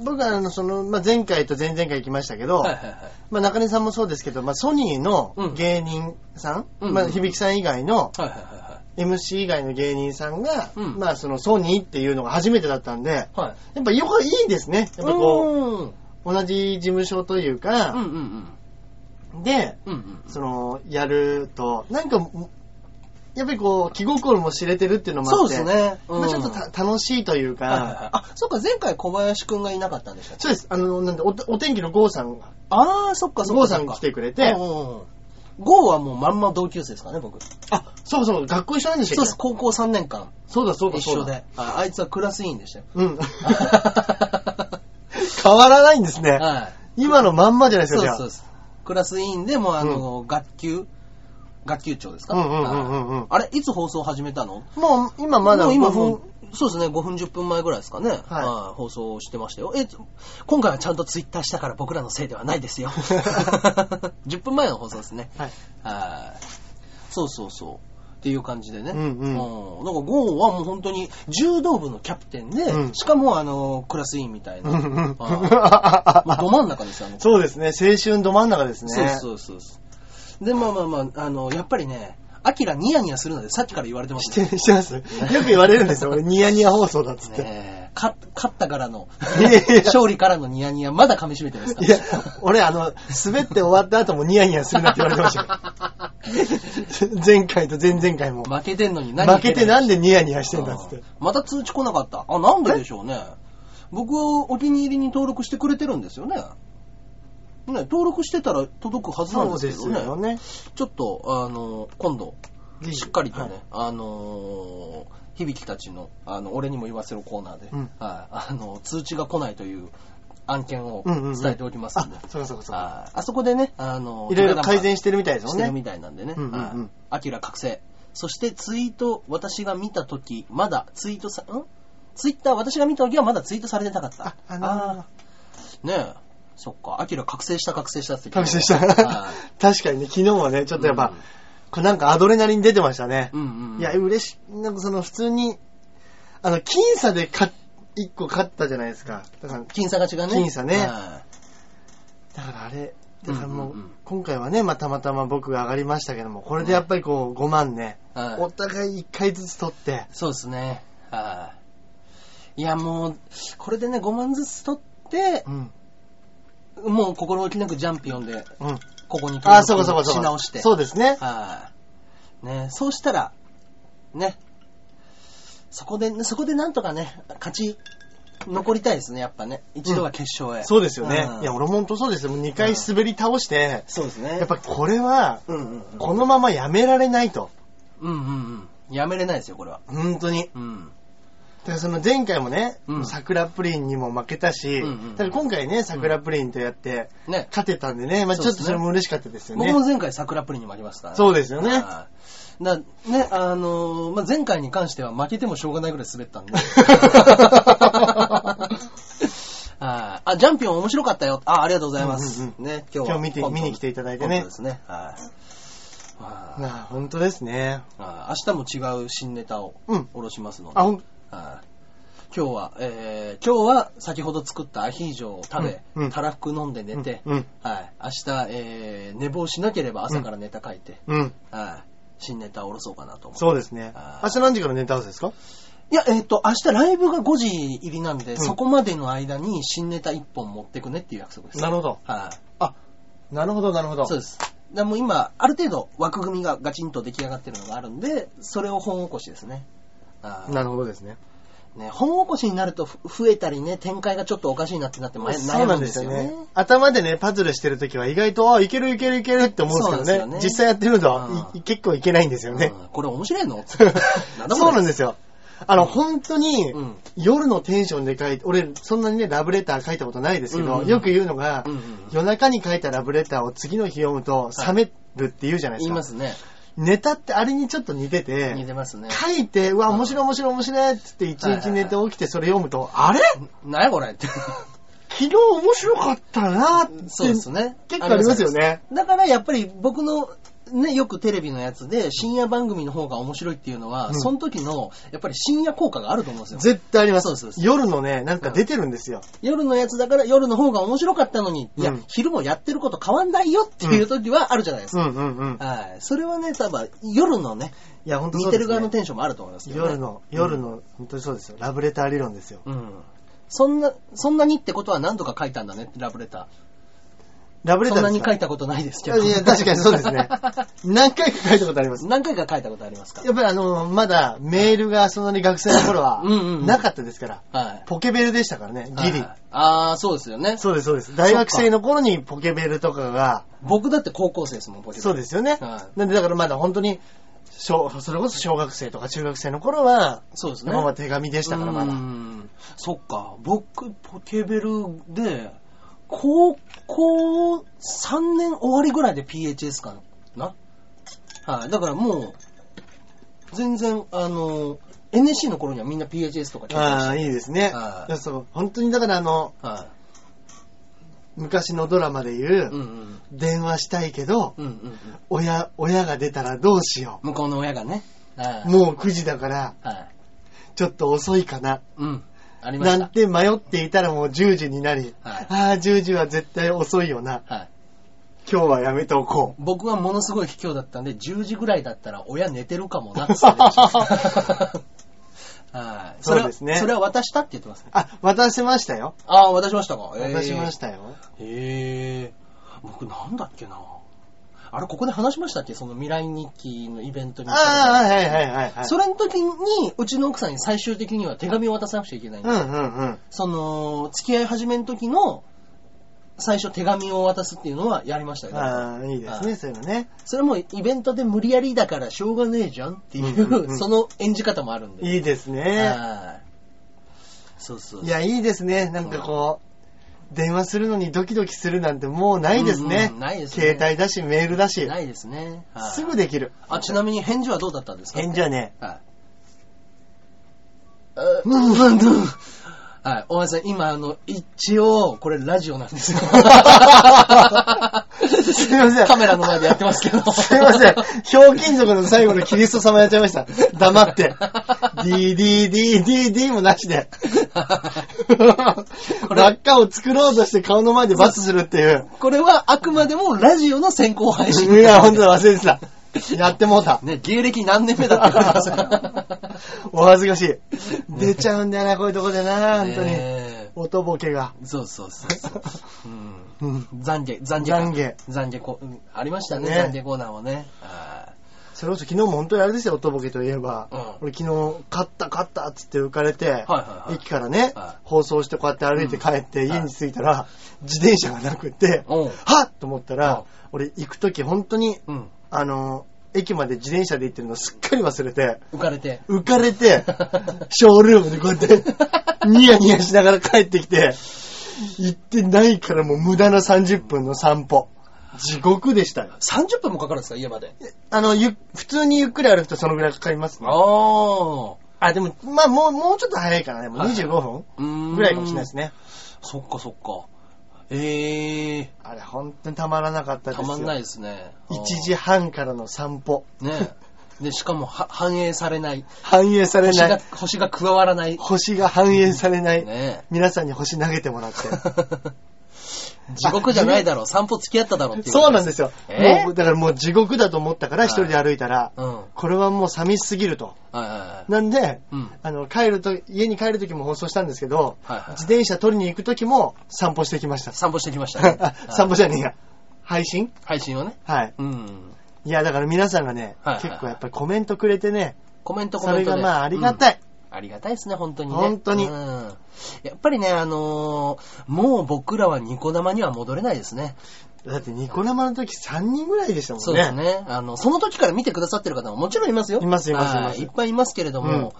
Speaker 3: 僕はあの、その、まあ、前回と前々回行きましたけど、
Speaker 1: はいはいはい。
Speaker 3: まあ、中根さんもそうですけど、まあ、ソニーの
Speaker 1: うん
Speaker 3: 芸人さん、
Speaker 1: うん
Speaker 3: まあ、響さん以外の、
Speaker 1: はいはいは
Speaker 3: MC 以外の芸人さんが、
Speaker 1: うん
Speaker 3: まあ、そのソニーっていうのが初めてだったんで、
Speaker 1: いはい。はい。
Speaker 3: やっぱよくいいですね。やっぱこ
Speaker 1: こ
Speaker 3: う、同じ事務所という
Speaker 1: ううん
Speaker 3: か、
Speaker 1: うんうん。
Speaker 3: で、
Speaker 1: うんうん。
Speaker 3: その、やると、なんか、やっぱりこう、気心も知れてるっていうのもあ
Speaker 1: そ
Speaker 3: っ
Speaker 1: う
Speaker 3: て、
Speaker 1: ですね。
Speaker 3: まあ、ちょっとた楽しいというか、
Speaker 1: はいはいはいあ、そっか、前回小林くんがいなかったんでしたっけ
Speaker 3: そうです。あの、なんで、おお天気の郷さんが、
Speaker 1: ああ、そっかそっか。
Speaker 3: 郷さん来てくれて、
Speaker 1: ゴーはもうまんま同級生ですからね、僕。
Speaker 3: あ、そうそう、学校一緒なんでした
Speaker 1: そう
Speaker 3: っけ
Speaker 1: です、高校3年間
Speaker 3: そうだ、そうだ、
Speaker 1: 一
Speaker 3: そう
Speaker 1: 緒
Speaker 3: だ。
Speaker 1: で。ああいつはクラス委員でしたよ。
Speaker 3: うん。 変わらないんですね。
Speaker 1: はい。
Speaker 3: 今のまんまじゃないです
Speaker 1: そう
Speaker 3: か、じゃ
Speaker 1: ですそう
Speaker 3: あ。
Speaker 1: です。クラス委員でもうあの、学級学級長ですか、
Speaker 3: うんうんうんうんうん
Speaker 1: はいあれいつ放送始めたの
Speaker 3: もう今まだ
Speaker 1: もう今
Speaker 3: 5分
Speaker 1: そうですね、5分10分前ぐらいですかね、はい放送してましたよ。え、今回はちゃんとツイッターしたから僕らのせいではないで すよ。10分前の放送ですね。
Speaker 3: はい
Speaker 1: はい。そうそうそう。っていう感じでね。
Speaker 3: うんうん
Speaker 1: んなんかゴーンはもう本当に柔道部のキャプテンで、
Speaker 3: うん
Speaker 1: しかもあの、クラス委員みたいな。
Speaker 3: うんうん
Speaker 1: はいもう ど真ん中ですよ、あの子
Speaker 3: そうですね、青春ど真ん中ですね。
Speaker 1: そうですそうですそうです。で、まあまあまあ、あの、やっぱりね、アキラニヤニヤするので、さっきから言われてま
Speaker 3: し
Speaker 1: すね。
Speaker 3: て、してますよく言われるんですよ、俺、ニヤニヤ放送だっつって。
Speaker 1: ねえか勝ったからの
Speaker 3: いやいや、
Speaker 1: 勝利からのニヤニヤ、まだ噛み締めてますか
Speaker 3: いや
Speaker 1: ら。、
Speaker 3: 俺、あの、滑って終わった後もニヤニヤするなって言われてましたよ 前回と前々回も。
Speaker 1: 負けてんのに
Speaker 3: 負けてなん
Speaker 1: で
Speaker 3: でニヤニヤしてんだっつって。
Speaker 1: また通知来なかった。あ、なんででしょうね。僕をお気に入りに登録してくれてるんですよね。ね、登録してたら届くはずなんですけどね。
Speaker 3: ね。
Speaker 1: ちょっと、あの、今度、しっかりと
Speaker 3: は
Speaker 1: ね、あのー響たちの、あの、俺にも言わせるコーナーで、
Speaker 3: うん
Speaker 1: はい、あの、通知が来ないという案件を
Speaker 3: うんうんうん
Speaker 1: 伝えておきますんで、
Speaker 3: あ、そうかそうかそうか。
Speaker 1: はいあそこでね、あの、
Speaker 3: いろいろ改善してるみたいです
Speaker 1: し
Speaker 3: もん
Speaker 1: てる
Speaker 3: ね。
Speaker 1: みたいなんでね、
Speaker 3: うんうんうん
Speaker 1: はいアキラ覚醒。そしてツイート、私が見たとき、まだツイートさ、んツイッター、私が見たときはまだツイートされてなかった。
Speaker 3: あ、あのー、
Speaker 1: ーねえ。そっか、アキラ覚醒した覚醒したって聞い
Speaker 3: 確信 した。
Speaker 1: はい
Speaker 3: 確かにね、昨日はね、ちょっとやっぱ
Speaker 1: うん、
Speaker 3: こうなんかアドレナリン出てましたね。
Speaker 1: うんうんうん。
Speaker 3: いや、嬉しい。なんかその普通に、あの、僅差でか一個勝ったじゃないですか。だから、
Speaker 1: 僅差が違うね。
Speaker 3: 僅差ね
Speaker 1: はい
Speaker 3: だからあれ、だからもう、
Speaker 1: うんうんうん
Speaker 3: 今回はね、まあ、たまたま僕が上がりましたけども、これでやっぱりこう、5万ね、
Speaker 1: はい
Speaker 3: お互い1回ずつ取って、
Speaker 1: そうですね。はい。いや、もう、これでね、5万ずつ取って
Speaker 3: う、ん、
Speaker 1: もう心置きなくジャンピオンで、
Speaker 3: うん。
Speaker 1: ここに登
Speaker 3: あ、
Speaker 1: 録
Speaker 3: そうかそうかそうか。
Speaker 1: し直して。
Speaker 3: そうですね。
Speaker 1: はい。ね、そうしたら、ね、そこで、そこでなんとかね、勝ち残りたいですね、やっぱね。一度は決勝へ。
Speaker 3: そうですよね。
Speaker 1: ん
Speaker 3: いや、俺も本当そうですよ。もう2回滑り倒して、
Speaker 1: そうですね。
Speaker 3: やっぱ、これは、
Speaker 1: うんうんうん。
Speaker 3: このままやめられないと。
Speaker 1: うんうんうん。やめれないですよ、これは。
Speaker 3: 本当に。
Speaker 1: うん。
Speaker 3: だからその前回もね、
Speaker 1: うん
Speaker 3: 桜プリンにも負けたし、
Speaker 1: うんうん
Speaker 3: だから今回ね、桜プリンとやって、
Speaker 1: ね。
Speaker 3: 勝てたんでね、まあ
Speaker 1: そう
Speaker 3: ちょ
Speaker 1: で
Speaker 3: っ
Speaker 1: す
Speaker 3: と
Speaker 1: ね
Speaker 3: それも嬉しかったですよね。
Speaker 1: 僕も前回桜プリンに負けましたからね
Speaker 3: そうですよね。
Speaker 1: はいだね、あのーまあ、前回に関しては負けてもしょうがないぐらい滑 ったんで。はいあ、ジャンピオン面白かったよ。あ、ありがとうございます。
Speaker 3: うんうん
Speaker 1: ね、今日
Speaker 3: 今
Speaker 1: は
Speaker 3: 日見て
Speaker 1: コント
Speaker 3: 見に来ていただいてね
Speaker 1: コントですね。はいはい
Speaker 3: なあ本当ですね。
Speaker 1: あ明日も違う新ネタを
Speaker 3: うん
Speaker 1: おろしますので。
Speaker 3: あ、ほん、
Speaker 1: はい今日は、えー今日は先ほど作ったアヒージョを食べ、
Speaker 3: うんうん
Speaker 1: たらふく飲んで寝て、
Speaker 3: うん。
Speaker 1: はい、明日、えー寝坊しなければ朝からネタ書いて、
Speaker 3: うん。
Speaker 1: はい。新ネタを下ろそうかなと思って
Speaker 3: そうですね
Speaker 1: あ。ー
Speaker 3: 明日何時からネタ合わせですか
Speaker 1: いや、えっ、と、明日ライブが5時入りなんで、
Speaker 3: ん
Speaker 1: そこまでの間に新ネタ1本持ってくねっていう約束です。
Speaker 3: なるほど。
Speaker 1: はい、
Speaker 3: なるほど、なるほど。
Speaker 1: そうです。でもう今、ある程度枠組みがガチンと出来上がってるのがあるんで、それを本起こしですね。あー
Speaker 3: なるほどですね。
Speaker 1: ね、本起こしになるとふ増えたりね、展開がちょっとおかしいなってなってま
Speaker 3: そうな
Speaker 1: 悩む
Speaker 3: ん
Speaker 1: ん
Speaker 3: で
Speaker 1: ですす
Speaker 3: よ
Speaker 1: よ
Speaker 3: ね
Speaker 1: ね。。
Speaker 3: 頭でね、パズルしてるときは意外と、あ、いけるいけるいけるって思うんです
Speaker 1: そう
Speaker 3: け
Speaker 1: な
Speaker 3: ど
Speaker 1: ん
Speaker 3: ね。
Speaker 1: ですよね
Speaker 3: 実際やってみると
Speaker 1: あ、ー
Speaker 3: い結構いけないんですよね。
Speaker 1: うんこれ面白いの。
Speaker 3: そうなんですすよ。あの、本当に
Speaker 1: うん、
Speaker 3: 夜のテンションで書いて、俺、そんなにね、ラブレター書いたことないですけ
Speaker 1: うん
Speaker 3: ど、
Speaker 1: うん
Speaker 3: よく言うのが
Speaker 1: うんうん、
Speaker 3: 夜中に書いたラブレターを次の日読むと、冷めるって言うじゃないで
Speaker 1: 言
Speaker 3: す
Speaker 1: い
Speaker 3: か
Speaker 1: ま。すね。
Speaker 3: ネタってあれにちょっと似て
Speaker 1: 似
Speaker 3: て、
Speaker 1: てますね。
Speaker 3: 書いて、うわ、
Speaker 1: うん
Speaker 3: 面白い面白い面白いって言って、
Speaker 1: は
Speaker 3: 一
Speaker 1: いはい
Speaker 3: 日
Speaker 1: はい
Speaker 3: 寝て起きてそれ読むと、あれ
Speaker 1: なんやこれって。
Speaker 3: 昨日面白かったなって、
Speaker 1: そうですね。
Speaker 3: 結構ありますよ
Speaker 1: ね
Speaker 3: ね。
Speaker 1: だからやっぱり僕の、ね、よくテレビのやつで深夜番組の方が面白いっていうのは、
Speaker 3: うん
Speaker 1: その時のやっぱり深夜効果があると思うんですよ。
Speaker 3: 絶対ありま
Speaker 1: そうそう
Speaker 3: す。
Speaker 1: そう
Speaker 3: 夜のね、なんか出てるんですよ。
Speaker 1: 夜のやつだから夜の方が面白かったのに、いや
Speaker 3: うん、
Speaker 1: 昼もやってること変わんないよっていう時はあるじゃないです
Speaker 3: う
Speaker 1: か。
Speaker 3: んうんうん。
Speaker 1: はい。それはね、多分夜のね、
Speaker 3: いや、本当そ
Speaker 1: 見
Speaker 3: うで
Speaker 1: て
Speaker 3: すね
Speaker 1: る側のテンションもあると思いますけど、ね。
Speaker 3: 夜の、夜の、本当にそうですよ。ラブレター理論ですよ。
Speaker 1: うん。うん。そんな、そんなにってことは何度か書いたんだねってラブレタ
Speaker 3: ラブ
Speaker 1: ー。
Speaker 3: レター
Speaker 1: そんな
Speaker 3: です
Speaker 1: に
Speaker 3: か
Speaker 1: 書いたことないですけど。
Speaker 3: いや、確かにそうです ね。何回か書いたことあります。
Speaker 1: 何回か書いたことありますか
Speaker 3: やっぱりあの、まだメールがそんなに学生の頃は
Speaker 1: うんうんうん
Speaker 3: なかったですから、
Speaker 1: ら。はい。
Speaker 3: ポケベルでしたからね、ギリ。
Speaker 1: はいああ、そうですよね。
Speaker 3: そうです、そうです。大学生の頃にポケベルとかが、
Speaker 1: 僕だって高校生ですもん、ポケベル
Speaker 3: そうですよね
Speaker 1: は。
Speaker 3: なんでだからまだ本当に、小それこそ小学生とか中学生の頃は、
Speaker 1: そうですね。
Speaker 3: 今は手紙でしたからま
Speaker 1: う
Speaker 3: だ。
Speaker 1: んそっか、僕、ポケベルで、高校3年終わりぐらいで PHS かな。はい。だからもう、全然、あの、NSC の頃にはみんな PHS とか聞いてま
Speaker 3: あ
Speaker 1: し
Speaker 3: あ、いいですね
Speaker 1: は。
Speaker 3: い
Speaker 1: い
Speaker 3: やそう、本当にだからあの、
Speaker 1: た。は
Speaker 3: 昔のドラマで言
Speaker 1: い。うんう
Speaker 3: う、
Speaker 1: ん。
Speaker 3: 電話したいけど、
Speaker 1: うんうんうん。
Speaker 3: 親、親が出たらどうしよ
Speaker 1: 向こうの親がね。は
Speaker 3: う。
Speaker 1: い。
Speaker 3: もう9時だから、
Speaker 1: はい。
Speaker 3: ちょっと遅いかな。
Speaker 1: うん。ありま
Speaker 3: な
Speaker 1: し
Speaker 3: ん
Speaker 1: た。
Speaker 3: て迷っていたらもう10時になり、
Speaker 1: はい
Speaker 3: ああ、10時は絶対遅いよな。
Speaker 1: はい。
Speaker 3: 今日はやめておこう。
Speaker 1: 僕はものすごい卑怯だったんで、10時ぐらいだったら親寝てるかもなって 言ってました。はい。れは
Speaker 3: そうですね
Speaker 1: それは渡したって言ってますね。
Speaker 3: あ、渡しましたよ。
Speaker 1: ああ、渡しましたか。。
Speaker 3: 渡しましたたよ。
Speaker 1: へえ。僕なんだっけな。あれ、ここで話しましたっけその未来日記のイベントに行った時
Speaker 3: ああ、はいはいはいはい。
Speaker 1: それの時に、うちの奥さんに最終的には手紙を渡さなくちゃいけないんで
Speaker 3: う
Speaker 1: す、
Speaker 3: んうんうん。
Speaker 1: その、付き合い始めの時の、最初手紙を渡すっていうのはやりましたよ。
Speaker 3: ああ、いいです
Speaker 1: は
Speaker 3: ね、そういうのね。
Speaker 1: それもイベントで無理やりだからしょうがねえじゃんっていう、
Speaker 3: うんうんうん
Speaker 1: その演じ方もあるんで。
Speaker 3: いいですね。
Speaker 1: はいそうそう。
Speaker 3: いや、いいですね。なんかこう、電話するのにドキドキするなんてもうないです
Speaker 1: うん
Speaker 3: ね
Speaker 1: うん。ないですね
Speaker 3: 携帯だし、メールだし、
Speaker 1: ないですね。はい
Speaker 3: すぐできる。
Speaker 1: あ、ちなみに返事はどうだったんですか
Speaker 3: 返事はね、
Speaker 1: はい。うん、うん、うん。はい。お前さん、今、あの、一応、これラジオなんですよ。
Speaker 3: すいません
Speaker 1: カメラの前でやってますけど。
Speaker 3: すいません。ひょうきん族の最後のキリスト様やっちゃいました。黙って。DDDDD もなしで。輪っかを作ろうとして顔の前でバツするって いう。
Speaker 1: これは、あくまでもラジオの先行配信。
Speaker 3: いや、ほんとだ忘れてた。やってもうた。
Speaker 1: ね、芸歴何年目だったか忘 れた
Speaker 3: お恥ずかしい。出ちゃうんだよな、こういうとこでな、本当に。
Speaker 1: ね
Speaker 3: 音ボケが。
Speaker 1: えそうそうそうそう。うん
Speaker 3: うん。
Speaker 1: 懺悔、懺悔。
Speaker 3: 懺悔。
Speaker 1: 懺悔こ、うんありましたね、
Speaker 3: ね
Speaker 1: 懺悔コーナーもね。は
Speaker 3: それこそ昨日も本当にあれですよ、音ボケといえば。
Speaker 1: うん
Speaker 3: 俺昨日、勝った勝ったっつって浮かれて、
Speaker 1: はいはい
Speaker 3: 駅からね、
Speaker 1: は
Speaker 3: 放送してこうやって歩いて帰って、
Speaker 1: うん
Speaker 3: 家に着いたら、自転車がなくて、
Speaker 1: うん
Speaker 3: はっと思ったら、
Speaker 1: うん
Speaker 3: 俺行く時本当に、
Speaker 1: いうん。
Speaker 3: あの、駅まで自転車で行ってるのすっかり忘れて、
Speaker 1: 浮かれ て。
Speaker 3: 浮かれて、ショールームでこうやって、 ニヤニヤしながら帰ってきて、行ってないからもう無駄な30分の散歩。地獄でしたよ。
Speaker 1: 30分もかかるんですか、家まで。
Speaker 3: あの、ゆ、普通にゆっくり歩くとそのぐらいかかりますね。
Speaker 1: ああ。
Speaker 3: あ、でも、まあ、もう、もうちょっと早いかな。でも
Speaker 1: はい
Speaker 3: 25
Speaker 1: うー
Speaker 3: 分
Speaker 1: ん
Speaker 3: ぐらいかもしれないですね。
Speaker 1: そっかそっか。ええ
Speaker 3: あれ、本当にたまらなかったです
Speaker 1: ー、た
Speaker 3: よ。
Speaker 1: まんないですね。
Speaker 3: 1時半からの散歩。
Speaker 1: あー。ねえで、しかもは、反映されない。
Speaker 3: 反映され
Speaker 1: 星
Speaker 3: な
Speaker 1: が
Speaker 3: い。、
Speaker 1: 星が加わらない。
Speaker 3: 星が反映されない。
Speaker 1: ね
Speaker 3: 皆さんに星投げてもらって。
Speaker 1: え。地獄じゃないだろう。散歩付き合っただろうっていう。
Speaker 3: そうなんですよ。
Speaker 1: えー
Speaker 3: もう、だからもう地獄だと思ったから
Speaker 1: はい
Speaker 3: 一人で歩いたら、
Speaker 1: うん。はい
Speaker 3: これはもう寂しすぎると。
Speaker 1: はいはい。
Speaker 3: なんで、
Speaker 1: うん。
Speaker 3: あの、帰ると、家に帰るときも放送したんですけど、
Speaker 1: はいはい
Speaker 3: 自転車取りに行くときも散歩してきました。。
Speaker 1: 散歩してきましたね
Speaker 3: あ 散歩じ
Speaker 1: ゃ
Speaker 3: ゃねえや。配信
Speaker 1: 配信をね。
Speaker 3: はい。
Speaker 1: うん。
Speaker 3: いや、だから皆さんがね、
Speaker 1: はいはいはい
Speaker 3: 結構やっぱりコメントくれてね、
Speaker 1: コメントコ
Speaker 3: そ
Speaker 1: メ
Speaker 3: れ
Speaker 1: ント
Speaker 3: が
Speaker 1: で。
Speaker 3: まあありがた
Speaker 1: い。
Speaker 3: い。
Speaker 1: ありがたいですね、本当にね。
Speaker 3: 本当に
Speaker 1: うん。やっぱりね、あのーもう僕らはニコ生には戻れないですね。
Speaker 3: だってニコ生の時3人ぐらいでしたもんね。
Speaker 1: そうですね。あの、その時から見てくださってる方ももちろんいますよ。
Speaker 3: いますいます
Speaker 1: はい
Speaker 3: ます
Speaker 1: いっぱいいますけれども、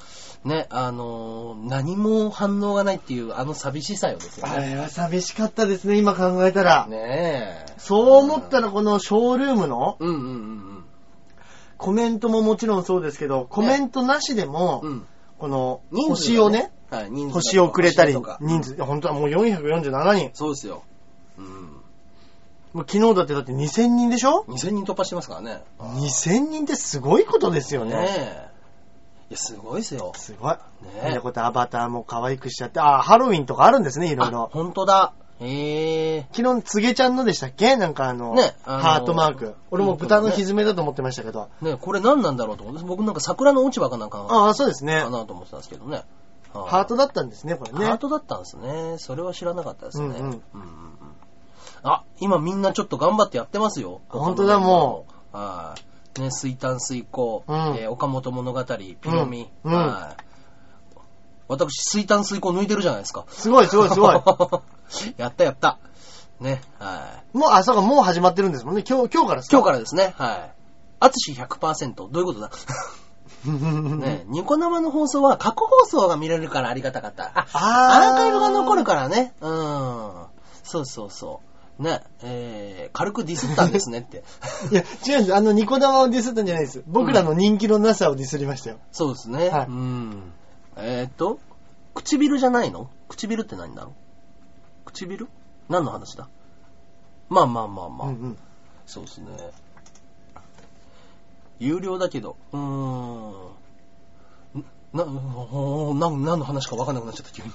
Speaker 1: ね、あのー、何も反応がないっていう、あの寂しさよですよ
Speaker 3: あ
Speaker 1: ね。
Speaker 3: れは寂しかったですね、今考えたら。
Speaker 1: ねえ。
Speaker 3: そう思ったらこのショールームの
Speaker 1: うんうんうん
Speaker 3: コメントももちろんそうですけど、コメントなしでも、
Speaker 1: うん。うん。
Speaker 3: この
Speaker 1: 人数
Speaker 3: 星をね、、
Speaker 1: はい、人数とか
Speaker 3: 星をくれたり
Speaker 1: 星とか、
Speaker 3: 人数、いや本当はもう447人。
Speaker 1: そうですよ。うん。
Speaker 3: もう昨日だってだって2000人でしょ
Speaker 1: 2000人突破してますからね。
Speaker 3: ?2000 人ってすごいことですよね。
Speaker 1: ねえ。いや、すごいですよ。
Speaker 3: すごい。
Speaker 1: ねえ
Speaker 3: みんなことアバターも可愛くしちゃって、あ、ハロウィンとかあるんですね、いろい
Speaker 1: あ、
Speaker 3: ろ。
Speaker 1: 本当だ。へえ。
Speaker 3: 昨日、つげちゃんのでしたっけなんかあの、
Speaker 1: ねあの
Speaker 3: ハートマーク。俺も豚のひずめだと思ってましたけど。
Speaker 1: ねこれ何なんだろうと思って、僕なんか桜の落ち葉かなんか
Speaker 3: ああ、そうですね
Speaker 1: か。なと思ってたんですけどね。はい
Speaker 3: ハートだったんですね、これね。
Speaker 1: ハートだったんですね。それは知らなかったですね。
Speaker 3: うんうん
Speaker 1: うんうんうんあ、今みんなちょっと頑張ってやってますよ。
Speaker 3: 本当だも
Speaker 1: う。はい。ね、水炭水耕、
Speaker 3: うん
Speaker 1: えー岡本物語、ピロミ。
Speaker 3: うん
Speaker 1: はい。私、水炭水耕抜いてるじゃないですか。
Speaker 3: すごい、すごい、すごい。もう、
Speaker 1: やったやった。ね、はい。
Speaker 3: あ、そうか、もう始まってるんですもんね。今日、今日からですか
Speaker 1: 今日からですね、はい。あつし100%。どういうことだ ね、ニコ生の放送は過去放送が見れるからありがたかった。あ、
Speaker 3: あー
Speaker 1: アーカイブが残るからね。うん。そうそうそう。ね、えー、軽くディスったんですねって。
Speaker 3: いや、違うんです。あの、ニコ玉をディスったんじゃないです。僕らの人気のなさをディスりましたよ。
Speaker 1: そうですね。
Speaker 3: はい
Speaker 1: うん。えーっと、唇じゃないの唇って何だろう唇何の話だまあまあまあまあ。
Speaker 3: うんうん。
Speaker 1: そうですね。有料だけど、うーん。な、ほーな、何の話か分かんなくなっちゃった急に。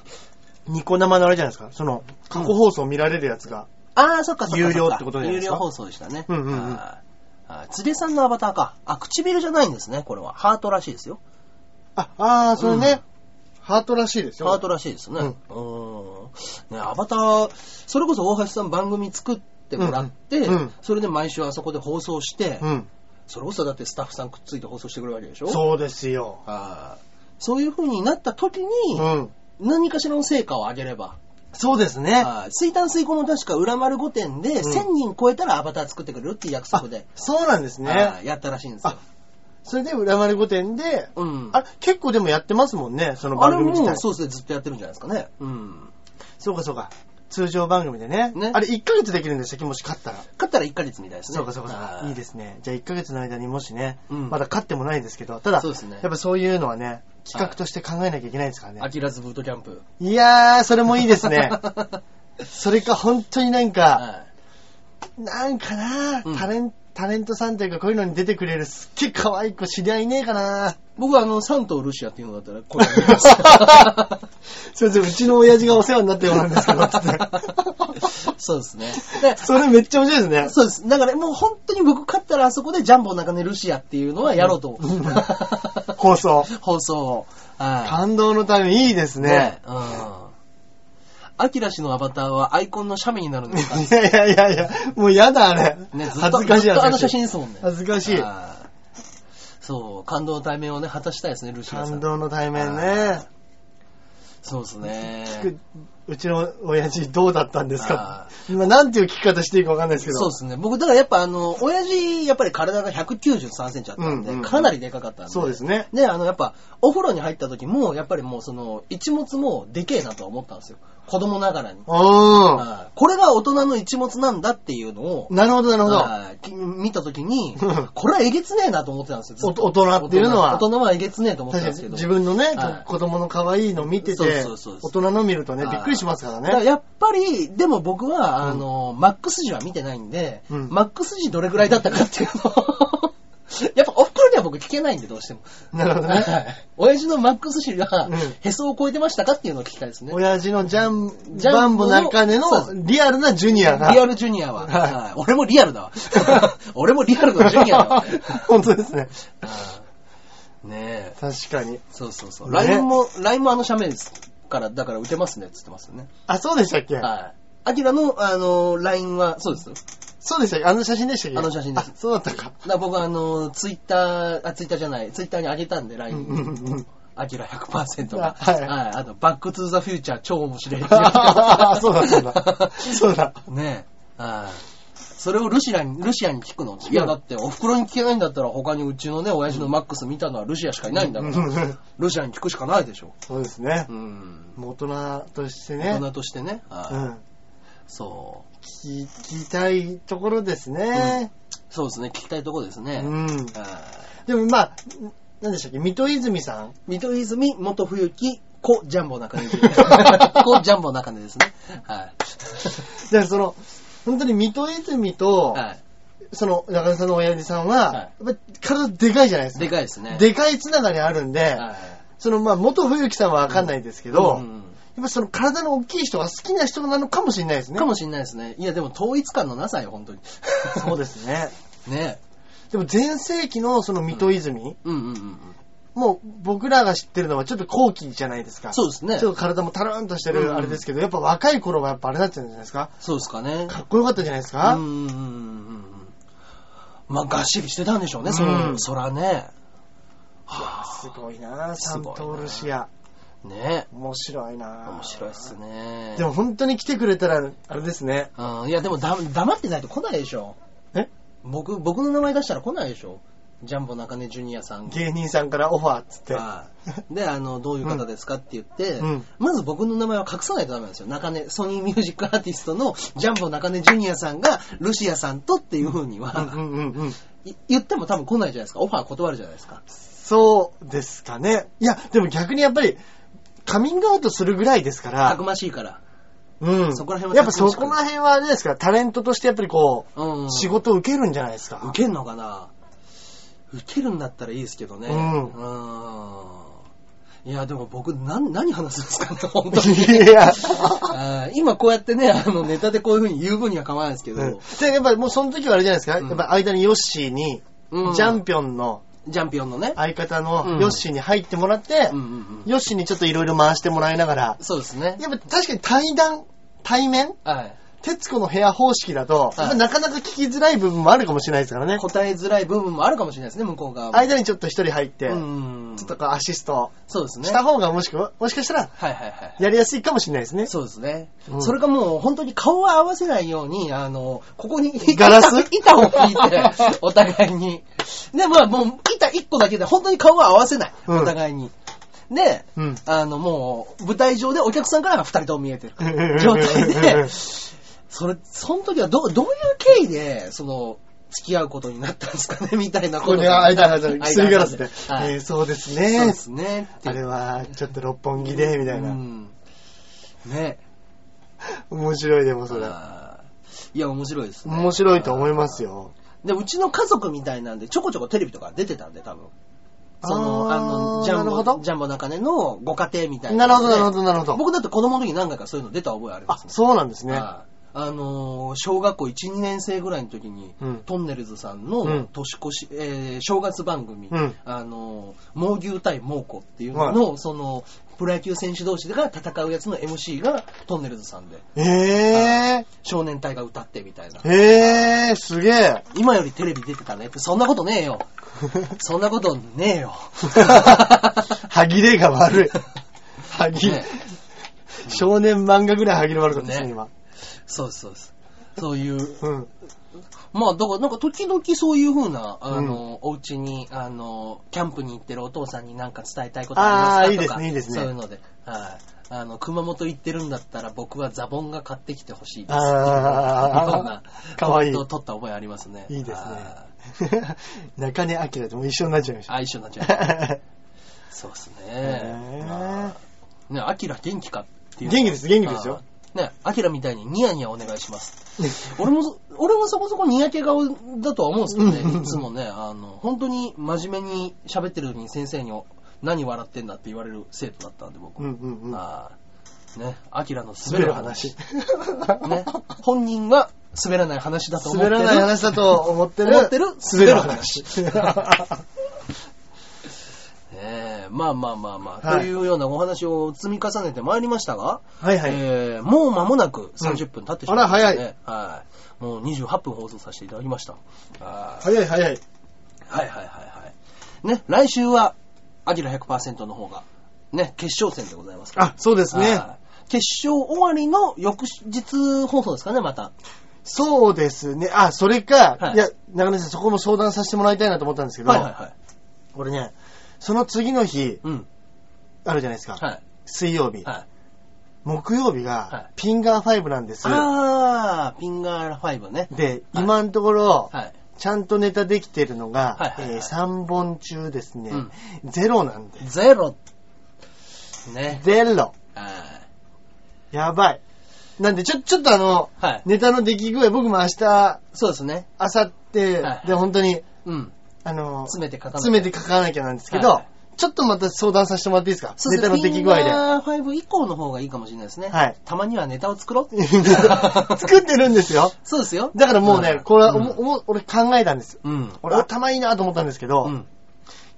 Speaker 3: ニコ生のあれじゃないですか。その、過去放送見られるやつが。
Speaker 1: ああ、そっかそっかそっか。
Speaker 3: 有料ってことじゃないですか
Speaker 1: 有料放送でしたね。
Speaker 3: うんうんうん
Speaker 1: はいはいつれさんのアバターか。あ、唇じゃないんですね、これは。ハートらしいですよ。
Speaker 3: あ、あー、それね、ハートらしいですよ。
Speaker 1: ハートらしいですね。うーん。ね、アバター、それこそ大橋さん番組作ってもらって、
Speaker 3: うんうん
Speaker 1: それで毎週あそこで放送して、
Speaker 3: うん。
Speaker 1: それこそだってスタッフさんくっついて放送してくるわけでしょう。
Speaker 3: そうですよ。
Speaker 1: はいそういう風になった時に、
Speaker 3: うん。
Speaker 1: 何かしらの成果を上げれば。
Speaker 3: そうですね。
Speaker 1: はい水炭水も確か裏丸御殿で、
Speaker 3: ん
Speaker 1: 1000人超えたらアバター作ってくれるっていう約束で、
Speaker 3: そうなんですね
Speaker 1: は。いやったらしいんですよ
Speaker 3: あ。それで、裏丸御殿で、
Speaker 1: うん。
Speaker 3: あれ、結構でもやってますもんね、その
Speaker 1: あれ
Speaker 3: 番組自
Speaker 1: も
Speaker 3: 体。
Speaker 1: うそうですね、ずっとやってるんじゃないですかね。うん。
Speaker 3: そうかそうか。通常番組でね。
Speaker 1: ね
Speaker 3: あれ1ヶ月できるんでしたっけもし勝ったら。
Speaker 1: 勝ったら1ヶ月みたいですね。。
Speaker 3: そうかそうかそうか。いいですすね。じゃあ1ヶ月の間にもしね、
Speaker 1: うん
Speaker 3: まだ勝ってもないですけど、ただ、
Speaker 1: そうですね
Speaker 3: やっぱそういうのはね、企画として考えなきゃいけないですからね。
Speaker 1: アキラズブートキャンプ。
Speaker 3: い、やー、それもいいです ね。
Speaker 1: は
Speaker 3: それか本当になんか、
Speaker 1: い。
Speaker 3: なんかな
Speaker 1: うん
Speaker 3: タレン、タレントさんというかこういうのに出てくれるすっげえ可愛い子知り合いねえかな
Speaker 1: 僕はあの、サントルシアっていうのだったら、これやり ます
Speaker 3: すいません、うちの親父がお世話になったようなんですけど、つって
Speaker 1: そうですね。 で
Speaker 3: それめっちゃ面白いですね。
Speaker 1: そうです。だからもう本当に僕勝ったらあそこでジャンボ中根ルシアっていうのはやろうと。
Speaker 3: うん 放送。
Speaker 1: 放送を。は
Speaker 3: 感動のためいいです
Speaker 1: い。
Speaker 3: ね。。
Speaker 1: うん。アキラ氏のアバターはアイコンの写メになるんですか
Speaker 3: いやいやいやいや、もうやだあれ。
Speaker 1: ね、ずっと
Speaker 3: 恥ずかしい
Speaker 1: ずっとあの
Speaker 3: 恥ずか
Speaker 1: 写
Speaker 3: し
Speaker 1: 真
Speaker 3: い。
Speaker 1: ですもんね。
Speaker 3: 恥ずかしい。
Speaker 1: あーそう、感動の対面をね、果たしたいですね、ルシアさ
Speaker 3: 感
Speaker 1: ん。
Speaker 3: 動の対面
Speaker 1: あ
Speaker 3: ね
Speaker 1: ー。そうですね。
Speaker 3: 聞くうちの親父どうだったんですか
Speaker 1: あ
Speaker 3: 今なんていう聞き方していいかわかんないですけど。
Speaker 1: そうですね。僕、だからやっぱあの、親父、やっぱり体が193センチあったん
Speaker 3: うん
Speaker 1: で、
Speaker 3: うんうん
Speaker 1: かなりでかかったんで。
Speaker 3: そうですね。
Speaker 1: で、あの、やっぱ、お風呂に入った時も、やっぱりもうその、一物もでけえなとは思ったんですよ。子供ながらに。
Speaker 3: うん。
Speaker 1: はいこれが大人の一物なんだっていうのを、
Speaker 3: なるほど、なるほど。
Speaker 1: はいき見た時に
Speaker 3: うん、
Speaker 1: これはえげつねえなと思ってたんですよ。ずっと
Speaker 3: お大人っていうのは
Speaker 1: 大人大人はえげつねえと思って
Speaker 3: 確
Speaker 1: たん
Speaker 3: か
Speaker 1: ですけ
Speaker 3: に
Speaker 1: ど。
Speaker 3: 自分のね、
Speaker 1: はい
Speaker 3: 子供の可愛いの見て
Speaker 1: そうそう
Speaker 3: て、
Speaker 1: そうそう
Speaker 3: 大人の見るとね、びっくりしますから
Speaker 1: だから
Speaker 3: ね。
Speaker 1: やっぱり、でも僕は、あの、マックス時は見てないんで、
Speaker 3: うん
Speaker 1: マックス時どれぐらいだったかっていうのを やっぱお袋には僕聞けないんで、どうしても。
Speaker 3: なるほどね。
Speaker 1: はい親父のマックス時が
Speaker 3: うん、
Speaker 1: へそを超えてましたかっていうのを聞きたいですね。
Speaker 3: 親父のジャン、
Speaker 1: ジ
Speaker 3: ジ
Speaker 1: ャンボの
Speaker 3: ャンボ中根の
Speaker 1: そう
Speaker 3: リアルなジュニアが。
Speaker 1: リアルジュニアは。
Speaker 3: はい
Speaker 1: はい俺もリアルだわ。 俺もリアルのジュニアだわ。
Speaker 3: 本当ですね。
Speaker 1: はいねえ。
Speaker 3: 確かに。
Speaker 1: そうそうそう。
Speaker 3: ね
Speaker 1: LINE も、LINE もあの写メですから、だから打てますねって言ってますよね。
Speaker 3: あ、そうでしたっけ
Speaker 1: はい。アキラの、あの、LINE は、そうですよ。
Speaker 3: そうでしたっけあの写真でしたっけ
Speaker 1: あの写真です
Speaker 3: あそうだったか。
Speaker 1: だから僕はあの、ツイッター、あ、ツイッターじゃない、ツイッターにあげたんで、
Speaker 3: うんうん
Speaker 1: LINE。
Speaker 3: うん。
Speaker 1: アキラ100%が。
Speaker 3: あはい
Speaker 1: あと、バックトゥーザフューチャー超面白い。
Speaker 3: あそうだそうだ。そうだ。
Speaker 1: ねえ。はい。それをルシアに、ルシアに聞くのいや、だって、お袋に聞けないんだったら、他にうちのね、親父のマックス見たのはルシアしかいないんだか
Speaker 3: うんう
Speaker 1: ら
Speaker 3: ん、
Speaker 1: ルシアに聞くしかないでしょ。
Speaker 3: そうですね
Speaker 1: う。ん。
Speaker 3: もう大人として
Speaker 1: 大
Speaker 3: ね。
Speaker 1: 人としてね。
Speaker 3: う
Speaker 1: はい
Speaker 3: ん。
Speaker 1: そう。
Speaker 3: 聞きたいところですね。
Speaker 1: そうですね、聞きたいとこです
Speaker 3: う
Speaker 1: ね。
Speaker 3: ん。
Speaker 1: はい
Speaker 3: でもまあ、何でしたっけ水戸泉さん
Speaker 1: 水戸泉元冬木、子ジャンボ中根。 子ジャンボ中根ですね。はい。
Speaker 3: で、その、本当に水戸泉 と、
Speaker 1: は
Speaker 3: その、中根さんの親父さんは、
Speaker 1: は
Speaker 3: やっぱ体でかいじゃないです
Speaker 1: い。
Speaker 3: か。
Speaker 1: でかいですね。
Speaker 3: でかいつながりあるんで、
Speaker 1: はい
Speaker 3: その、まあ、元冬木さんはわかんないですけど、
Speaker 1: うん
Speaker 3: やっ
Speaker 1: うん
Speaker 3: ぱその体の大きい人が好きな人なのかもしれないですね。
Speaker 1: かもしれないですね。いや、でも統一感のなさよ、本当に。
Speaker 3: そうですね。
Speaker 1: ね。
Speaker 3: でも前世紀のその水戸泉、
Speaker 1: うんうんうんうん。
Speaker 3: もう僕らが知ってるのはちょっと後期じゃないですか。
Speaker 1: そうですね
Speaker 3: ちょっと体もタラーンとして
Speaker 1: うんうん
Speaker 3: るあれですけど、やっぱ若い頃はやっぱあれだったんじゃないですか。
Speaker 1: そうですかね。
Speaker 3: かっこよかったじゃないです
Speaker 1: う
Speaker 3: か。
Speaker 1: んうんうんうん。まあ、がっしりしてたんでしょうね、そ
Speaker 3: うん
Speaker 1: の、そらね。
Speaker 3: すごいなぁ、
Speaker 1: す
Speaker 3: サ
Speaker 1: ご
Speaker 3: ン
Speaker 1: いなぁ
Speaker 3: トルシア。
Speaker 1: ね。
Speaker 3: 面白いなぁ
Speaker 1: 面白いっすね。
Speaker 3: でも本当に来てくれたら、あれですね。
Speaker 1: うん、いや、でもだ、黙ってないと来ないでしょ。
Speaker 3: え
Speaker 1: 僕、僕の名前出したら来ないでしょ。ジャンボ中根ジュニアさんが
Speaker 3: 芸人さんからオファーっつって。
Speaker 1: はいで、あの、どういう方ですかって言って、
Speaker 3: うん
Speaker 1: まず僕の名前は隠さないとダメなんですよ。中根、ソニーミュージックアーティストのジャンボ中根ジュニアさんが、ルシアさんとっていうふうに
Speaker 3: うんう
Speaker 1: は、
Speaker 3: んうんうん。
Speaker 1: い言っても多分来ないじゃないですか。オファー断るじゃないですか。
Speaker 3: そうですかね。いや、でも逆にやっぱり、カミングアウトするぐらいですから
Speaker 1: たく、ましいから。
Speaker 3: うん。
Speaker 1: そこら辺は
Speaker 3: やっぱそこら辺はあれですから、タレントとしてやっぱりこ
Speaker 1: うん。
Speaker 3: う、仕事を受けるんじゃないですか。
Speaker 1: 受けんのかな受けるんだったらいいですけどね。
Speaker 3: うん
Speaker 1: うんいや、でも僕、なん、何話すんですかね、本当に。
Speaker 3: いや。
Speaker 1: あー今こうやってね、あの、ネタでこういう風に言う分には構わないですけ
Speaker 3: うん
Speaker 1: ど、
Speaker 3: で、やっぱりもうその時はあれじゃないですか。
Speaker 1: うん
Speaker 3: やっぱ間にヨッシーに、
Speaker 1: うん
Speaker 3: ジャンピオンの
Speaker 1: ジャンピオンのね。
Speaker 3: 相方
Speaker 1: うん
Speaker 3: のヨッシーに入ってもらって
Speaker 1: うん、うんうん。
Speaker 3: ヨッシーにちょっといろいろ回してもらいながら、
Speaker 1: そうですね。
Speaker 3: やっぱ確かに対談、対面
Speaker 1: はい。
Speaker 3: 徹子の部屋方式だと、やっぱなかなか聞きづらい部分もあるかもしれないですからね。
Speaker 1: 答えづらい部分もあるかもしれないですね、向こう側も。
Speaker 3: 間にちょっと一人入って、
Speaker 1: う
Speaker 3: ちょ
Speaker 1: ん。
Speaker 3: っとこうアシスト
Speaker 1: そうですね。
Speaker 3: した方がもしくは、もしかしたら
Speaker 1: はいはいはい。
Speaker 3: やりやすいかもしれないですね。
Speaker 1: そうですね、
Speaker 3: うん
Speaker 1: それかもう本当に顔は合わせないように、あの、ここに
Speaker 3: ガラス
Speaker 1: 板を引いて、お互いに。で、まあもう板1個だけで本当に顔は合わせない。
Speaker 3: うん
Speaker 1: お互いに。で、
Speaker 3: うん
Speaker 1: あのもう舞台上でお客さんから2人とも見えてる
Speaker 3: うんうんうん
Speaker 1: 状態
Speaker 3: う
Speaker 1: で
Speaker 3: ん、
Speaker 1: それ、その時はどう、どういう経緯で、その、付き合うことになったんですかねみ たいな
Speaker 3: こ
Speaker 1: こと
Speaker 3: こで間が空いすりガラスで。
Speaker 1: はい
Speaker 3: えーそうです
Speaker 1: そうで
Speaker 3: ね。
Speaker 1: すね。って
Speaker 3: あれは、ちょっと六本木で、みたいうな。
Speaker 1: んね。
Speaker 3: 面白いでもそれ。
Speaker 1: あーいや、面白いですね。
Speaker 3: 面白いと思います
Speaker 1: よ。
Speaker 3: よ。
Speaker 1: で、うちの家族みたいなんで、ちょこちょこテレビとか出てたんで、多分。その、あ
Speaker 3: あー
Speaker 1: の、ジャン
Speaker 3: なるほど
Speaker 1: ボ、ジャンボ中根のご家庭みたいな
Speaker 3: なるほ
Speaker 1: ので。
Speaker 3: ど、なるほど、なるほど。
Speaker 1: 僕だって子供の時何回かそういうの出た覚えありま
Speaker 3: あ
Speaker 1: す、ね。
Speaker 3: そうなんですね。
Speaker 1: はいあのー小学校1、2年生ぐらいの時に、
Speaker 3: うん
Speaker 1: トンネルズさん
Speaker 3: う
Speaker 1: の
Speaker 3: ん
Speaker 1: 年越し、えー正月番組、
Speaker 3: うん
Speaker 1: あのー、毛牛対猛虎っていうのの、その、プロ野球選手同士が戦うやつの MC がトンネルズさんで、
Speaker 3: え
Speaker 1: 少年隊が歌ってみたいな
Speaker 3: ー。。えー、すげえ。
Speaker 1: 今よりテレビ出てたねって、そんなことねえよ。そんなことねえよ。
Speaker 3: 歯切れが悪い。歯切れ
Speaker 1: ね。
Speaker 3: 少年漫画ぐらい歯切れ悪かったですね、
Speaker 1: ね
Speaker 3: 今。
Speaker 1: そうです、そうです。そういう、
Speaker 3: うん。
Speaker 1: まあ、だから、なんか、時々そういう風な、あの、お家に、あの、キャンプに行ってるお父さんになんか伝えたいことありますかと
Speaker 3: あ
Speaker 1: か
Speaker 3: ーいいですねいいですね
Speaker 1: そういうので、はい。あの、熊本行ってるんだったら、僕はザボンが買ってきてほしいです。よう
Speaker 3: あ
Speaker 1: な
Speaker 3: ー、かわいい
Speaker 1: ポイントを取った覚えありますね。
Speaker 3: いいです
Speaker 1: あ
Speaker 3: ね。中根明とも一緒になっちゃいまし
Speaker 1: ー
Speaker 3: た。
Speaker 1: あ、一緒になっちゃいました。そうです
Speaker 3: へ
Speaker 1: ね
Speaker 3: ー。
Speaker 1: まあね、アキラ元気かっていう。
Speaker 3: 元気です元気ですよ
Speaker 1: あー。ね、アキラみたいにニヤニヤお願いします。俺も、俺もそこそこにやけ顔だとは思うんですけど
Speaker 3: うんうんう
Speaker 1: ね、
Speaker 3: ん
Speaker 1: いつもね、あの、本当に真面目に喋ってるのに先生に何笑ってんだって言われる生徒だったんで、僕。
Speaker 3: うんうんうん。
Speaker 1: あーね、アキラの滑
Speaker 3: 滑
Speaker 1: る
Speaker 3: る
Speaker 1: 話
Speaker 3: 話。。
Speaker 1: ね、本人が滑らない話だと思って
Speaker 3: 滑
Speaker 1: る。
Speaker 3: らない話だと思ってる。
Speaker 1: 思ってる
Speaker 3: 滑る話。
Speaker 1: ええまあまあまあまあ、
Speaker 3: はい
Speaker 1: というようなお話を積み重ねてまいりましたが、
Speaker 3: はいはい
Speaker 1: えーもう間もなく30分経ってしまいましたね。はい。もう28分放送させていただきました。あー
Speaker 3: 早い早い。
Speaker 1: はいはいはいはい。ね、来週は、アキラ100%の方が、ね、決勝戦でございますから。
Speaker 3: あ、そうですね。
Speaker 1: はい決勝終わりの翌日放送ですかね、また。
Speaker 3: そうですね。あ、それか、
Speaker 1: はい
Speaker 3: い、や、中根さん、そこも相談させてもらいたいなと思ったんですけど、
Speaker 1: はいはいはい。
Speaker 3: これね、その次の日、
Speaker 1: うん。
Speaker 3: あるじゃないですか。
Speaker 1: はい。
Speaker 3: 水曜日、
Speaker 1: はい。
Speaker 3: 木曜日
Speaker 1: は
Speaker 3: が
Speaker 1: い、
Speaker 3: ピンガー5なんです。
Speaker 1: あー、ピンガーラ5ね。
Speaker 3: で、
Speaker 1: はい
Speaker 3: 今のところ、
Speaker 1: はい。
Speaker 3: ちゃんとネタできてるのが、
Speaker 1: はいはいはい
Speaker 3: え3本中ですね、
Speaker 1: うん
Speaker 3: ゼロなんで。
Speaker 1: ゼロ。ね。
Speaker 3: ゼロ。
Speaker 1: はい
Speaker 3: やばい。なんで、ちょ、ちょっとあの、
Speaker 1: はい。
Speaker 3: ネタの出来具合、僕も明日、
Speaker 1: そうですね。
Speaker 3: 明後日
Speaker 1: はい
Speaker 3: で本当に、
Speaker 1: うん。
Speaker 3: あの、
Speaker 1: 詰めて固
Speaker 3: 詰めて書かなきゃなんですけど、
Speaker 1: はい
Speaker 3: ちょっとまた相談させてもらっていいですかネタの出来具
Speaker 1: フィン
Speaker 3: 合
Speaker 1: ガー5以降の方がいいかもしれないですね。
Speaker 3: はい
Speaker 1: たまにはネタを作ろう。
Speaker 3: で。 作ってるんですよ。
Speaker 1: そうですよ。
Speaker 3: だからもうね、これは、おも
Speaker 1: う
Speaker 3: おも俺考えたんですよ。
Speaker 1: ん。うん。
Speaker 3: 俺頭いいなと思ったんですけど、
Speaker 1: うん。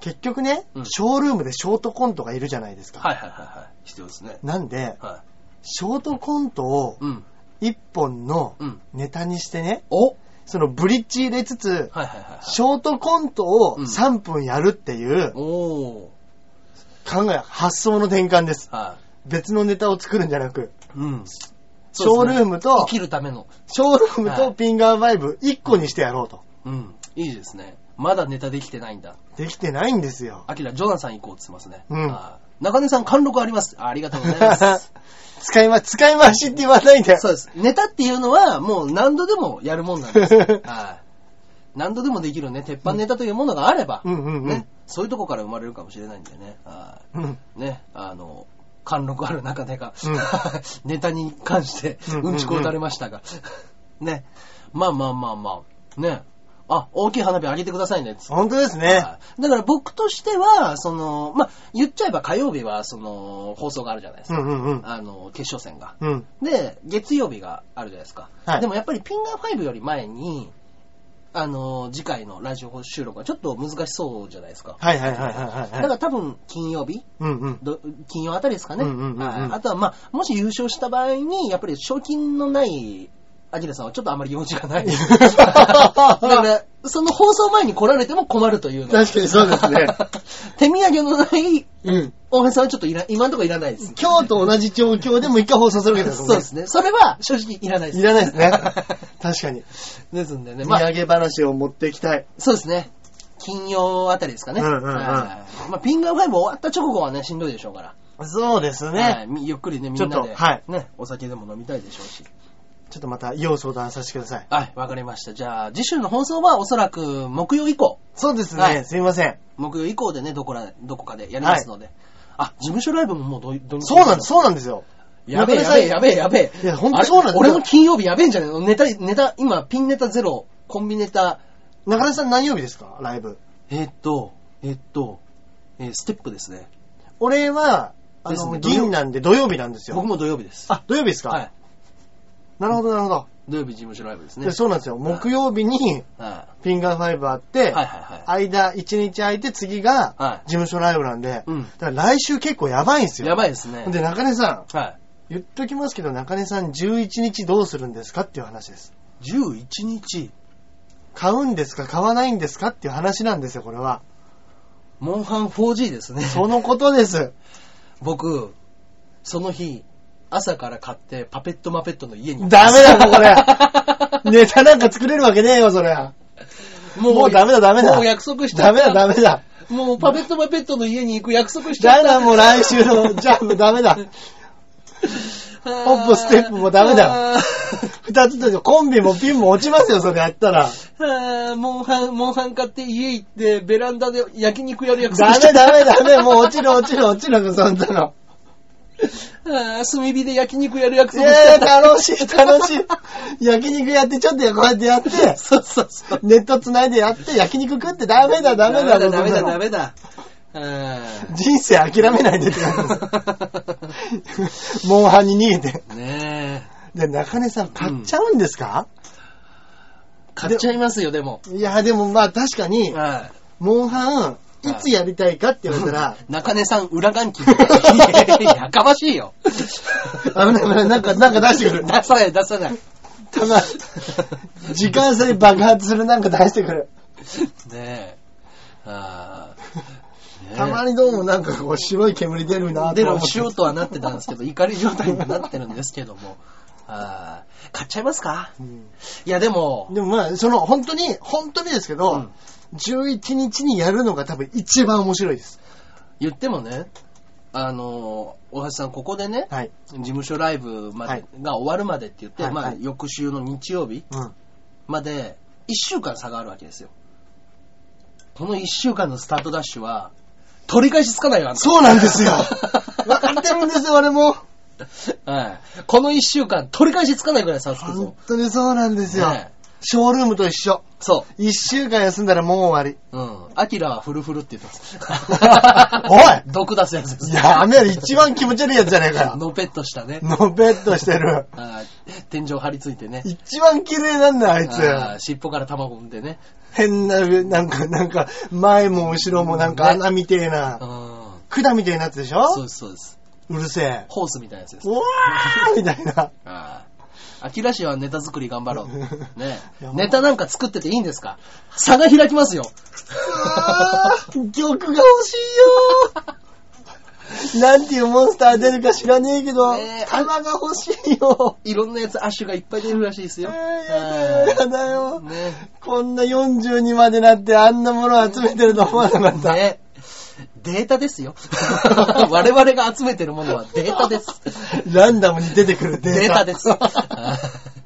Speaker 3: 結局ね、
Speaker 1: うん
Speaker 3: ショールームでショートコントがいるじゃないですか。
Speaker 1: はいはいはいはい。必要ですね。
Speaker 3: なんで、
Speaker 1: は
Speaker 3: ショートコントを
Speaker 1: い。うん。
Speaker 3: 一本の
Speaker 1: うん。
Speaker 3: ネタにしてね、
Speaker 1: おはい
Speaker 3: そのブリッジ入れつつ、
Speaker 1: はいはいはい。
Speaker 3: ショートコントを
Speaker 1: うん
Speaker 3: 3分やるっていう
Speaker 1: おー。
Speaker 3: 考え、発想の転換です。
Speaker 1: は
Speaker 3: 別のネタを作るんじゃなく、
Speaker 1: い。うん。
Speaker 3: ショールーム
Speaker 1: 生
Speaker 3: と、
Speaker 1: きるための。
Speaker 3: ショールーム
Speaker 1: は
Speaker 3: と
Speaker 1: い
Speaker 3: ピンガーバイブ1個にしてやろうと。
Speaker 1: うん。いいですね。まだネタできてないんだ。
Speaker 3: できてないんですよ。
Speaker 1: アキラ、ジョナサン行こうって言ってますね。
Speaker 3: うん
Speaker 1: あー中根さん、貫禄あります。あありがとうございます。
Speaker 3: 使いま、使い回しって言わないんだよ。
Speaker 1: そうです。ネタっていうのは、もう何度でもやるもんな んです。はい何度でもできるね、鉄板ネタというものがあれば、
Speaker 3: うんうんうん
Speaker 1: ね、そういうとこから生まれるかもしれないんでね。はい
Speaker 3: うん。
Speaker 1: ね、あの、貫禄ある中根が、
Speaker 3: うん
Speaker 1: ネタに関して
Speaker 3: うんうんうん
Speaker 1: うんちこをたれましたが、ね、まあまあまあまあ、ね、あ、大きい花火あげてくださいね、つって
Speaker 3: 本当ですね。
Speaker 1: はいだから僕としては、その、まあ、言っちゃえば火曜日は、その、放送があるじゃないです
Speaker 3: う
Speaker 1: か。
Speaker 3: んうんうん。
Speaker 1: あの、決勝戦が。
Speaker 3: うん。
Speaker 1: で、月曜日があるじゃないですか。
Speaker 3: はい
Speaker 1: でもやっぱりピンガー5より前に、あの、次回のラジオ収録はちょっと難しそうじゃないですか。
Speaker 3: はいはいはいはいは
Speaker 1: だ
Speaker 3: い
Speaker 1: か
Speaker 3: はい。
Speaker 1: ら多分金曜日
Speaker 3: うんうん。
Speaker 1: ど金曜あたりですかね。
Speaker 3: うんうんうんうん
Speaker 1: はいあとは、まあ、もし優勝した場合に、やっぱり賞金のない、アキラさんはちょっとあまり用事が ない。だから、その放送前に来られても困るというの
Speaker 3: 確かにそうですね。
Speaker 1: 手土産のない
Speaker 3: うん。
Speaker 1: 大橋さんはちょっといら今のところいらないです。
Speaker 3: 今日と同じ状況でも一回放送するわけですもん
Speaker 1: そう
Speaker 3: ね。
Speaker 1: ですね。それは正直いらないです。
Speaker 3: いらないです ね。確かに。
Speaker 1: ですんでね。
Speaker 3: 土
Speaker 1: まあ、
Speaker 3: 産話を持っていきたい。
Speaker 1: そうですね。金曜あたりですかね。
Speaker 3: うんうんうん
Speaker 1: はいまあ、ピンガー5終わった直後はね、しんどいでしょうから。
Speaker 3: そうです
Speaker 1: は
Speaker 3: ね。
Speaker 1: いみゆっくりね、みん
Speaker 3: ちょ
Speaker 1: な
Speaker 3: っ
Speaker 1: で。
Speaker 3: とはい
Speaker 1: ね、お酒でも飲みたいでしょうし。
Speaker 3: ちょっとまた、要相談させてください。
Speaker 1: はい、わかりました。じゃあ、次週の放送はおそらく木曜以降、
Speaker 3: そうです
Speaker 1: は
Speaker 3: ね。
Speaker 1: い
Speaker 3: すいません。
Speaker 1: 木曜以降でね、どこら、どこかでやりますので。あ、事務所ライブももうど土日
Speaker 3: そうなんです、そうなんですよ。
Speaker 1: やべえ、やべえ、やべえ、やべえ。
Speaker 3: いやほんとそうなんですよ
Speaker 1: あれ俺も金曜日やべえんじゃねえのネタ、ネタ、今、ピンネタゼロ、コンビネタ、
Speaker 3: 中田さん何曜日ですかライブ。
Speaker 1: えーっと、えーっと、えーステップですね。
Speaker 3: 俺は、あ
Speaker 1: ですね
Speaker 3: の、銀なんで土曜日なんですよ
Speaker 1: 僕。も土曜日です。
Speaker 3: あ、土曜日ですか
Speaker 1: はい。
Speaker 3: なるほど、なるほど。
Speaker 1: 土曜日事務所ライブですね
Speaker 3: で。そうなんですよ。木曜日に
Speaker 1: は
Speaker 3: フィンガーファイブあっ
Speaker 1: い
Speaker 3: て、
Speaker 1: はいはいは
Speaker 3: 間1日空いて次が
Speaker 1: はい
Speaker 3: 事務所ライブなんで、
Speaker 1: うん
Speaker 3: だから来週結構やばいんです
Speaker 1: い。
Speaker 3: よ。
Speaker 1: やばいですね。
Speaker 3: で、中根さん、
Speaker 1: は
Speaker 3: 言っときますけど、中根さん11日どうするんですかっていう話です。
Speaker 1: い。11日、
Speaker 3: 買うんですか買わないんですかっていう話なんですよ、これ は。
Speaker 1: モンハン 4G ですね。
Speaker 3: そのことです。
Speaker 1: 僕、その日、朝から買って、パペットマペットの家に行った
Speaker 3: ダメだな、 これ。ネタなんか作れるわけねえよ、それは。
Speaker 1: も
Speaker 3: もうダメだダメだ
Speaker 1: もう約束して
Speaker 3: ダメだ、ダメだ。
Speaker 1: もうパペットマペットの家に行く約束して
Speaker 3: じゃあな、もう来週の、じゃあもうダメだ。
Speaker 1: ホ
Speaker 3: ップステップもダメだ。
Speaker 1: あ
Speaker 3: 二つともコンビもピンも落ちますよ、それやったら。
Speaker 1: ーあー、モンハン、モンハン買って家行って、ベランダで焼肉やる約束
Speaker 3: ダ
Speaker 1: して
Speaker 3: メダメダメ、もう落ちる落ちる落ちる、そんなの。
Speaker 1: あー炭火で焼肉やる約
Speaker 3: い
Speaker 1: 束して
Speaker 3: やー楽し い、楽しい。焼肉やって、ちょっとこうやってやって、
Speaker 1: そうそうそう。
Speaker 3: ネット繋いでやって、焼肉食って、ダメだ、ダメだ、
Speaker 1: ダメだ、
Speaker 3: そんな
Speaker 1: ダ
Speaker 3: の
Speaker 1: メだ。あ
Speaker 3: 人生諦めないでって感じです。モンハンに逃げて。
Speaker 1: ー ねえ。
Speaker 3: で、中根さん、買っちゃうんですか、
Speaker 1: 買っちゃいますよ、でも。
Speaker 3: いや、でもまあ確かに、
Speaker 1: はい
Speaker 3: モンハン、いつやりたいかって言われたら、
Speaker 1: 中根さん、裏 眼球。いややかましいよ。
Speaker 3: 危ない危ない、なんか、なんか出してく る。
Speaker 1: 出さない、出さない。
Speaker 3: たま、時間差で爆発するなんか出してくる。
Speaker 1: ねえ。あーねえ
Speaker 3: たまにどうもなんかこう白い煙出るな
Speaker 1: で
Speaker 3: と思
Speaker 1: も
Speaker 3: って。
Speaker 1: しようとはなってたんですけど、怒り状態になってるんですけども。あー買っちゃいますか
Speaker 3: うん
Speaker 1: いや、でも、
Speaker 3: でもまあ、その本当に、本当にですけど、
Speaker 1: うん
Speaker 3: 11日にやるのが多分一番面白いです。
Speaker 1: 言ってもね、あのー、大橋さん、ここでね、
Speaker 3: はい。
Speaker 1: 事務所ライブまで、
Speaker 3: はい
Speaker 1: が終わるまでって言って、
Speaker 3: はい
Speaker 1: ま
Speaker 3: は
Speaker 1: あ、
Speaker 3: い
Speaker 1: 翌週の日曜日
Speaker 3: うん。
Speaker 1: まで、1週間差があるわけですよ。この1週間のスタートダッシュは、取り返しつかないわ。
Speaker 3: そうなんです よわかってるんですよ、俺も。
Speaker 1: はい。この1週間、取り返しつかないぐらい差つく
Speaker 3: 本
Speaker 1: ぞ。
Speaker 3: 当にそうなんですよ。
Speaker 1: ね
Speaker 3: ショールームと一緒。
Speaker 1: そ
Speaker 3: 一週間休んだらもう終わ
Speaker 1: う。うん。アキラはフルフルって言ってます。
Speaker 3: おい
Speaker 1: 毒出すやつです
Speaker 3: り。。やめろ、一番気持ち悪いやつじゃねえ かよ。
Speaker 1: のぺっとしたね。
Speaker 3: のべっとしてる。
Speaker 1: あー天井張り付いてね。
Speaker 3: 一番綺麗なんだよ、あいつ。
Speaker 1: あー尻尾から卵産んでね。
Speaker 3: 変な、なんか、なんか、前も後ろもなんか穴みてえな
Speaker 1: う、ん。
Speaker 3: 管みてえなやつでしょ
Speaker 1: そうです、そうです。
Speaker 3: うるせえ。
Speaker 1: ホースみたいなやつです。
Speaker 3: うわーみたいな。
Speaker 1: あーアキラ氏はネタ作り頑張ろ う。ね
Speaker 3: いや
Speaker 1: ネタなんか作ってていいんですか差が開きますよ。
Speaker 3: うわー玉が欲しいよなんていうモンスター出るか知らねえけど、
Speaker 1: ねえ
Speaker 3: 玉が欲しいよ。
Speaker 1: いろんなやつ、アッシュがいっぱい出るらしいですよ。
Speaker 3: えーやだよ、やだ
Speaker 1: は
Speaker 3: よ
Speaker 1: い。ね
Speaker 3: こんな42までなってあんなもの集めてると思わなかった。
Speaker 1: ねデータですよ。 我々が集めてるものはデータです。
Speaker 3: ランダムに出てくるデータ。
Speaker 1: データです。 ね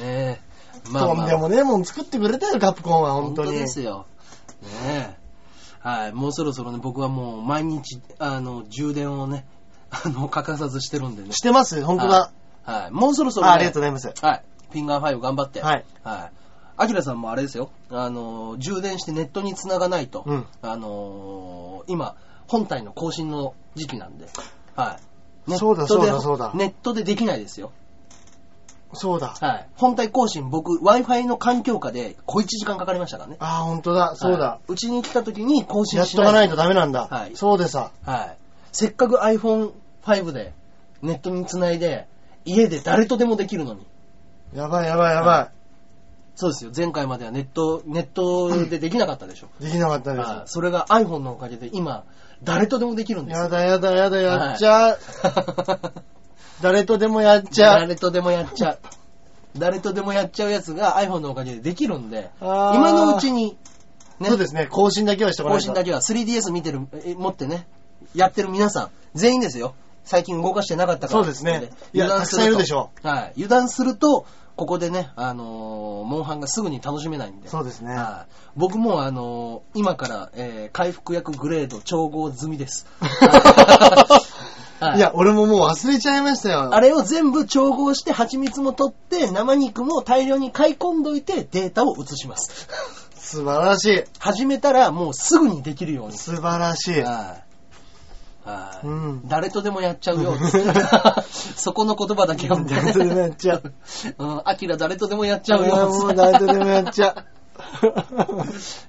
Speaker 1: え。
Speaker 3: とんでもねえもん作ってくれたよ、カプコンは、本
Speaker 1: 本
Speaker 3: 当
Speaker 1: 当
Speaker 3: に。
Speaker 1: ですよ。ねえ。はい、もうそろそろね、僕はもう毎日、あの、充電をね、あの、欠かさずしてるんでね
Speaker 3: し。てます本当だ。
Speaker 1: はい、もうそろそろ、ね、
Speaker 3: あありがとうございます。
Speaker 1: はい、フィンガー5頑張って。
Speaker 3: はい。
Speaker 1: はい。アキラさんもあれですよ。あの、充電してネットに繋がないと、
Speaker 3: うん
Speaker 1: あの、今、本体の更新の時期なんで。はい。
Speaker 3: そうだ
Speaker 1: ネット
Speaker 3: そう
Speaker 1: で
Speaker 3: だそうだ
Speaker 1: ネットでできないですよ。
Speaker 3: そうだ。あ
Speaker 1: はい。本体更新、僕、Wi-Fi の環境下で小1時間かかりましたからね。
Speaker 3: あー、本当だ。そう
Speaker 1: は
Speaker 3: だ
Speaker 1: い。。うちに来た時に更新
Speaker 3: やっ
Speaker 1: し
Speaker 3: とかないと
Speaker 1: と。
Speaker 3: ダメなんだ。
Speaker 1: はい
Speaker 3: そうでさ。
Speaker 1: はい。せっかく iPhone5 で、ネットに繋いで、家で誰とでもできるのに。
Speaker 3: やばいやばいやば
Speaker 1: そうですよ。前回まではネット、ネットでできなかったでしょ。
Speaker 3: い。できなかったで
Speaker 1: はいそれが iPhone のおかげで今、誰とでもできるん
Speaker 3: す。
Speaker 1: ですよ。
Speaker 3: やだやだやだ、やっちゃう。 誰とでもやっち
Speaker 1: じ
Speaker 3: ゃ
Speaker 1: ゃあ、
Speaker 3: う。
Speaker 1: 誰とでもやっちゃう。誰とでもやっちゃうやつが iPhone のおかげでできるんで、
Speaker 3: あー
Speaker 1: 今のうちに、ね
Speaker 3: そうですね。更新だけはしておかな
Speaker 1: 更
Speaker 3: いと。
Speaker 1: 新だけは 3DS 見てる、え持ってね、やってる皆さん、全員ですよ。最近動かしてなかったから。
Speaker 3: そうですねいや
Speaker 1: 油断す
Speaker 3: た
Speaker 1: ると
Speaker 3: くさんいるでしょ
Speaker 1: はい。油断すると、ここでね、あのーモンハンがすぐに楽しめないんで。
Speaker 3: そうですね。
Speaker 1: はい僕もあのー今から、えー回復薬グレード調合済 みです。はい
Speaker 3: いや、俺ももう忘れちゃいましたよ。
Speaker 1: あれを全部調合して、蜂蜜も取って、生肉も大量に買い込んどいて、データを移します。
Speaker 3: 素晴らしい。
Speaker 1: 始めたら、もうすぐにできるように。
Speaker 3: 素晴らしい。
Speaker 1: はい。はい。
Speaker 3: うん
Speaker 1: 誰とでもやっちゃう よ。 そこの言葉だけはもう
Speaker 3: 誰とでもやっちゃう。
Speaker 1: うん、アキラ誰とでもやっちゃうよ。
Speaker 3: あーもう誰とでもやっちゃう。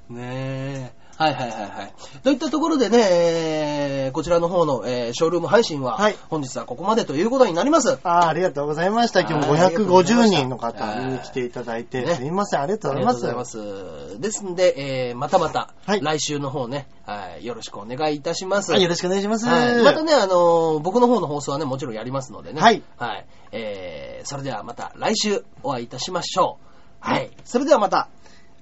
Speaker 1: ねえ。はいはいはいはい。といったところでね、えーこちらの方の、えーショールーム配信は、
Speaker 3: はい
Speaker 1: 本日はここまでということになります。
Speaker 3: あーありがとうございました。今日
Speaker 1: はいありがとうございま
Speaker 3: 550
Speaker 1: した
Speaker 3: 人の方に来ていただいて、
Speaker 1: ね
Speaker 3: すいません、ありがとう
Speaker 1: あ
Speaker 3: ご
Speaker 1: り
Speaker 3: ざいま
Speaker 1: がとうご
Speaker 3: す。
Speaker 1: ざいます。ですんで、えーまたまた、
Speaker 3: はい
Speaker 1: 来週の方ね、はい、よろしくお願いいたします。
Speaker 3: はいよろしくお願いします。
Speaker 1: はいまたね、あのー僕の方の放送はね、もちろんやりますのでね。
Speaker 3: はい。
Speaker 1: はい。えー、それではまた来週お会いいたしましょう。はい。それではまた。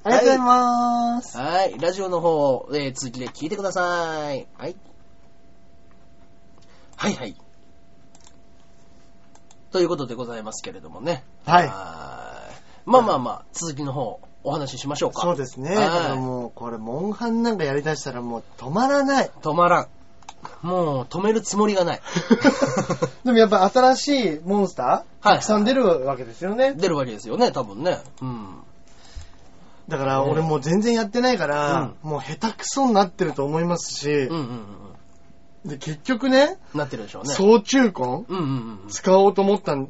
Speaker 3: ありがとうございます。
Speaker 1: はい。ラジオの方を、えー、続きで聞いてください。はい。はいはい。ということでございますけれどもね。
Speaker 3: はい
Speaker 1: いまあまあまあ、続きの方、お話ししましょうか。
Speaker 3: そうですね。
Speaker 1: はい
Speaker 3: だからもう、これ、モンハンなんかやりだしたらもう止まら ない。
Speaker 1: 止まらん。もう、止めるつもり がない。
Speaker 3: でもやっぱ新しいモンスター、
Speaker 1: はい
Speaker 3: たくさん出るわけですよね。
Speaker 1: 出るわけですよね、多分ね。うん。
Speaker 3: だから俺もう全然やってないから、もう下手くそになってると思いますし
Speaker 1: うん、うんうん
Speaker 3: で結局ね、
Speaker 1: うん。なってるでしょうね。
Speaker 3: 総中根
Speaker 1: うんうんうん。
Speaker 3: 使おうと思ったん、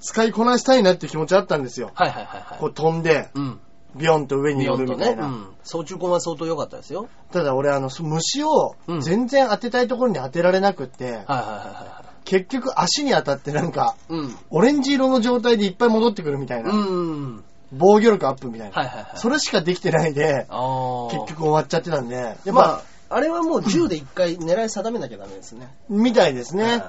Speaker 3: 使いこなしたいなって気持ちあったんですよ。
Speaker 1: はいはいはいはい。
Speaker 3: こう飛んで、
Speaker 1: うん。
Speaker 3: ビヨンと上に
Speaker 1: ビヨ
Speaker 3: 乗
Speaker 1: ン
Speaker 3: るみ
Speaker 1: と
Speaker 3: た
Speaker 1: ね
Speaker 3: い。
Speaker 1: う
Speaker 3: な。
Speaker 1: ん。総中婚は相当良かったですよ。
Speaker 3: ただ俺あの、そ虫を
Speaker 1: うん
Speaker 3: 全然当てたいところに当てられなくって、
Speaker 1: はいはいはいはいはい。
Speaker 3: 結局足に当たってなんか、
Speaker 1: うん。
Speaker 3: オレンジ色の状態でいっぱい戻ってくるみたいな。
Speaker 1: うん。
Speaker 3: 防御力アップみたいな。
Speaker 1: はいはいはい。
Speaker 3: それしかできてないで、
Speaker 1: ああ。
Speaker 3: 結局終わっちゃってたんで、やっぱ、
Speaker 1: まあ、あれはもう銃で一回狙い定めなきゃダメですね。
Speaker 3: みたいですね。
Speaker 1: はい。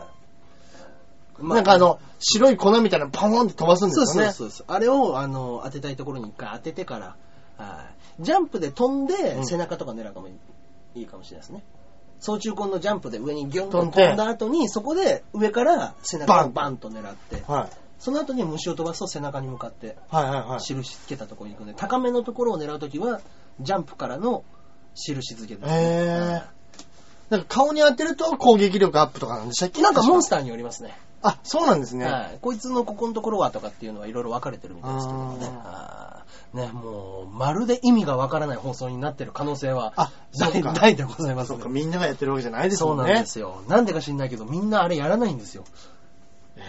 Speaker 1: ま
Speaker 3: なんかあの、白い粉みたいなのパモンって飛ばすんです
Speaker 1: そう
Speaker 3: よ
Speaker 1: そう
Speaker 3: ね。
Speaker 1: そうそう。あれを、あの、当てたいところに一回当ててから、はいジャンプで飛ん
Speaker 3: う
Speaker 1: で、
Speaker 3: ん
Speaker 1: 背中とか狙うかもいいいいかもしれないですね。総中根のジャンプで上にギョンと
Speaker 3: 飛
Speaker 1: 飛
Speaker 3: んで
Speaker 1: んだ後に、そこで上から背中をバンと狙って、
Speaker 3: はい。
Speaker 1: その後に虫を飛ばすと背中に向かって
Speaker 3: はいはいはい。
Speaker 1: 印つけたところに行くんで、高めのところを狙うときは、ジャンプからの印付けです、ね。
Speaker 3: えー。なんか顔に当てると攻撃力アップとかなんでしたっけ
Speaker 1: なんかモン
Speaker 3: ス
Speaker 1: スターによりますね。
Speaker 3: ター。あ、そうなんですね。
Speaker 1: はい。こいつのここのところはとかっていうのはいろいろ分かれてるみたいですけどもね。あ
Speaker 3: あ
Speaker 1: ーね、もう、まるで意味がわからない放送になってる可能性は、
Speaker 3: あそう
Speaker 1: 大
Speaker 3: か
Speaker 1: 大でございます
Speaker 3: そう
Speaker 1: ね
Speaker 3: か、みんながやってるわけじゃないです
Speaker 1: そ
Speaker 3: も
Speaker 1: うんなん
Speaker 3: ね。
Speaker 1: ですよ。なんでか知んないけど、みんなあれやらないんですよ。
Speaker 3: え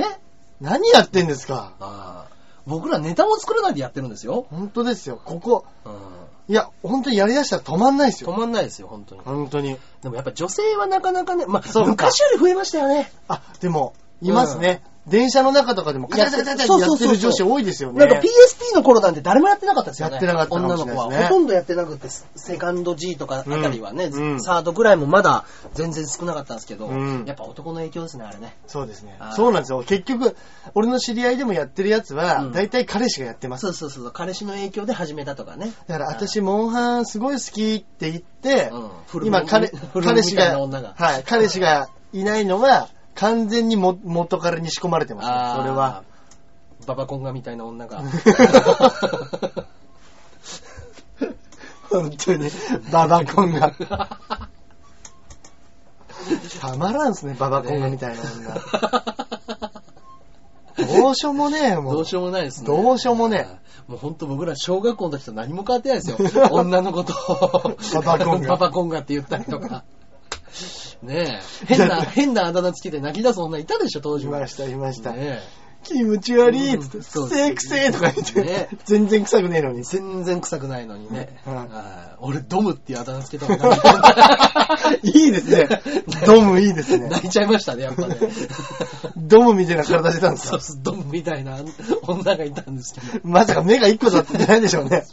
Speaker 1: え
Speaker 3: 何やってんですか
Speaker 1: あー僕らネタも作らないでやってるんですよ。
Speaker 3: 本当ですよ。ここ、
Speaker 1: うん。
Speaker 3: いや、本当にやりだしたら止まんないです
Speaker 1: 止
Speaker 3: よ。
Speaker 1: まんないですよ、本当に。
Speaker 3: 本当に。
Speaker 1: でもやっぱ女性はなかなかね、まあ
Speaker 3: そう、か
Speaker 1: 昔より増えましたよね。
Speaker 3: あ、でも、いますね。電車の中とかでもカチャカチャカチャカチャやってる女子多いですよね。
Speaker 1: なんか PSP の頃なんて誰もやってなかったですよね。
Speaker 3: やってなかったかも
Speaker 1: 女
Speaker 3: し
Speaker 1: の
Speaker 3: れない
Speaker 1: 子
Speaker 3: ですね
Speaker 1: は。ほとんどやってなくて、セカンド G とかあたりはね、
Speaker 3: うん
Speaker 1: サードぐらいもまだ全然少なかったんですけど、
Speaker 3: うん
Speaker 1: やっぱ男の影響ですね、あれね。
Speaker 3: そうですね
Speaker 1: は。い
Speaker 3: そうなんですよ。結局、俺の知り合いでもやってるやつは、
Speaker 1: うん
Speaker 3: 大体彼氏がやってます。
Speaker 1: そうそうそう、彼氏の影響で始めたとかね。
Speaker 3: だから私、モンハンすごい好きって言って、
Speaker 1: うん古
Speaker 3: 今
Speaker 1: 本
Speaker 3: 彼、
Speaker 1: 古本
Speaker 3: 彼氏
Speaker 1: みたい
Speaker 3: が、
Speaker 1: な女が
Speaker 3: はい、彼氏がいないのは、完全にも元彼に仕込まれてますね、
Speaker 1: あー
Speaker 3: それは。。
Speaker 1: ババコンガみたいな女が。
Speaker 3: 本当に、 ババコンが。たまらんすね、ババコンがみたいな女。どうしようもねえ、もう。
Speaker 1: どうしようもないですね。
Speaker 3: どうしようもね
Speaker 1: もう本当僕ら小学校の時と何も変わってない ですよ。女の子と
Speaker 3: ババコンガ
Speaker 1: パパコンガって言ったりとか。ねえ。変な、変なあだ名つけて泣き出す女いたでしょ、当時
Speaker 3: い
Speaker 1: も。
Speaker 3: ました、いました。
Speaker 1: ね
Speaker 3: 気持ち悪いっつって、
Speaker 1: うん
Speaker 3: く
Speaker 1: そう
Speaker 3: せえくせえとか言って、
Speaker 1: ね
Speaker 3: 全然臭くねえの
Speaker 1: え
Speaker 3: に。
Speaker 1: 全然臭くないのにね。
Speaker 3: うん
Speaker 1: はい俺、ドムっていうあだ名つけたの泣いちゃう
Speaker 3: いいですね。ドムいいですね。
Speaker 1: 泣いちゃいましたね、やっぱね。
Speaker 3: ドムみたいな体してたんです
Speaker 1: そ
Speaker 3: か
Speaker 1: うそう、ドムみたいな女がいたんですけど。
Speaker 3: まさか目が一個だったんじゃないでしょうね。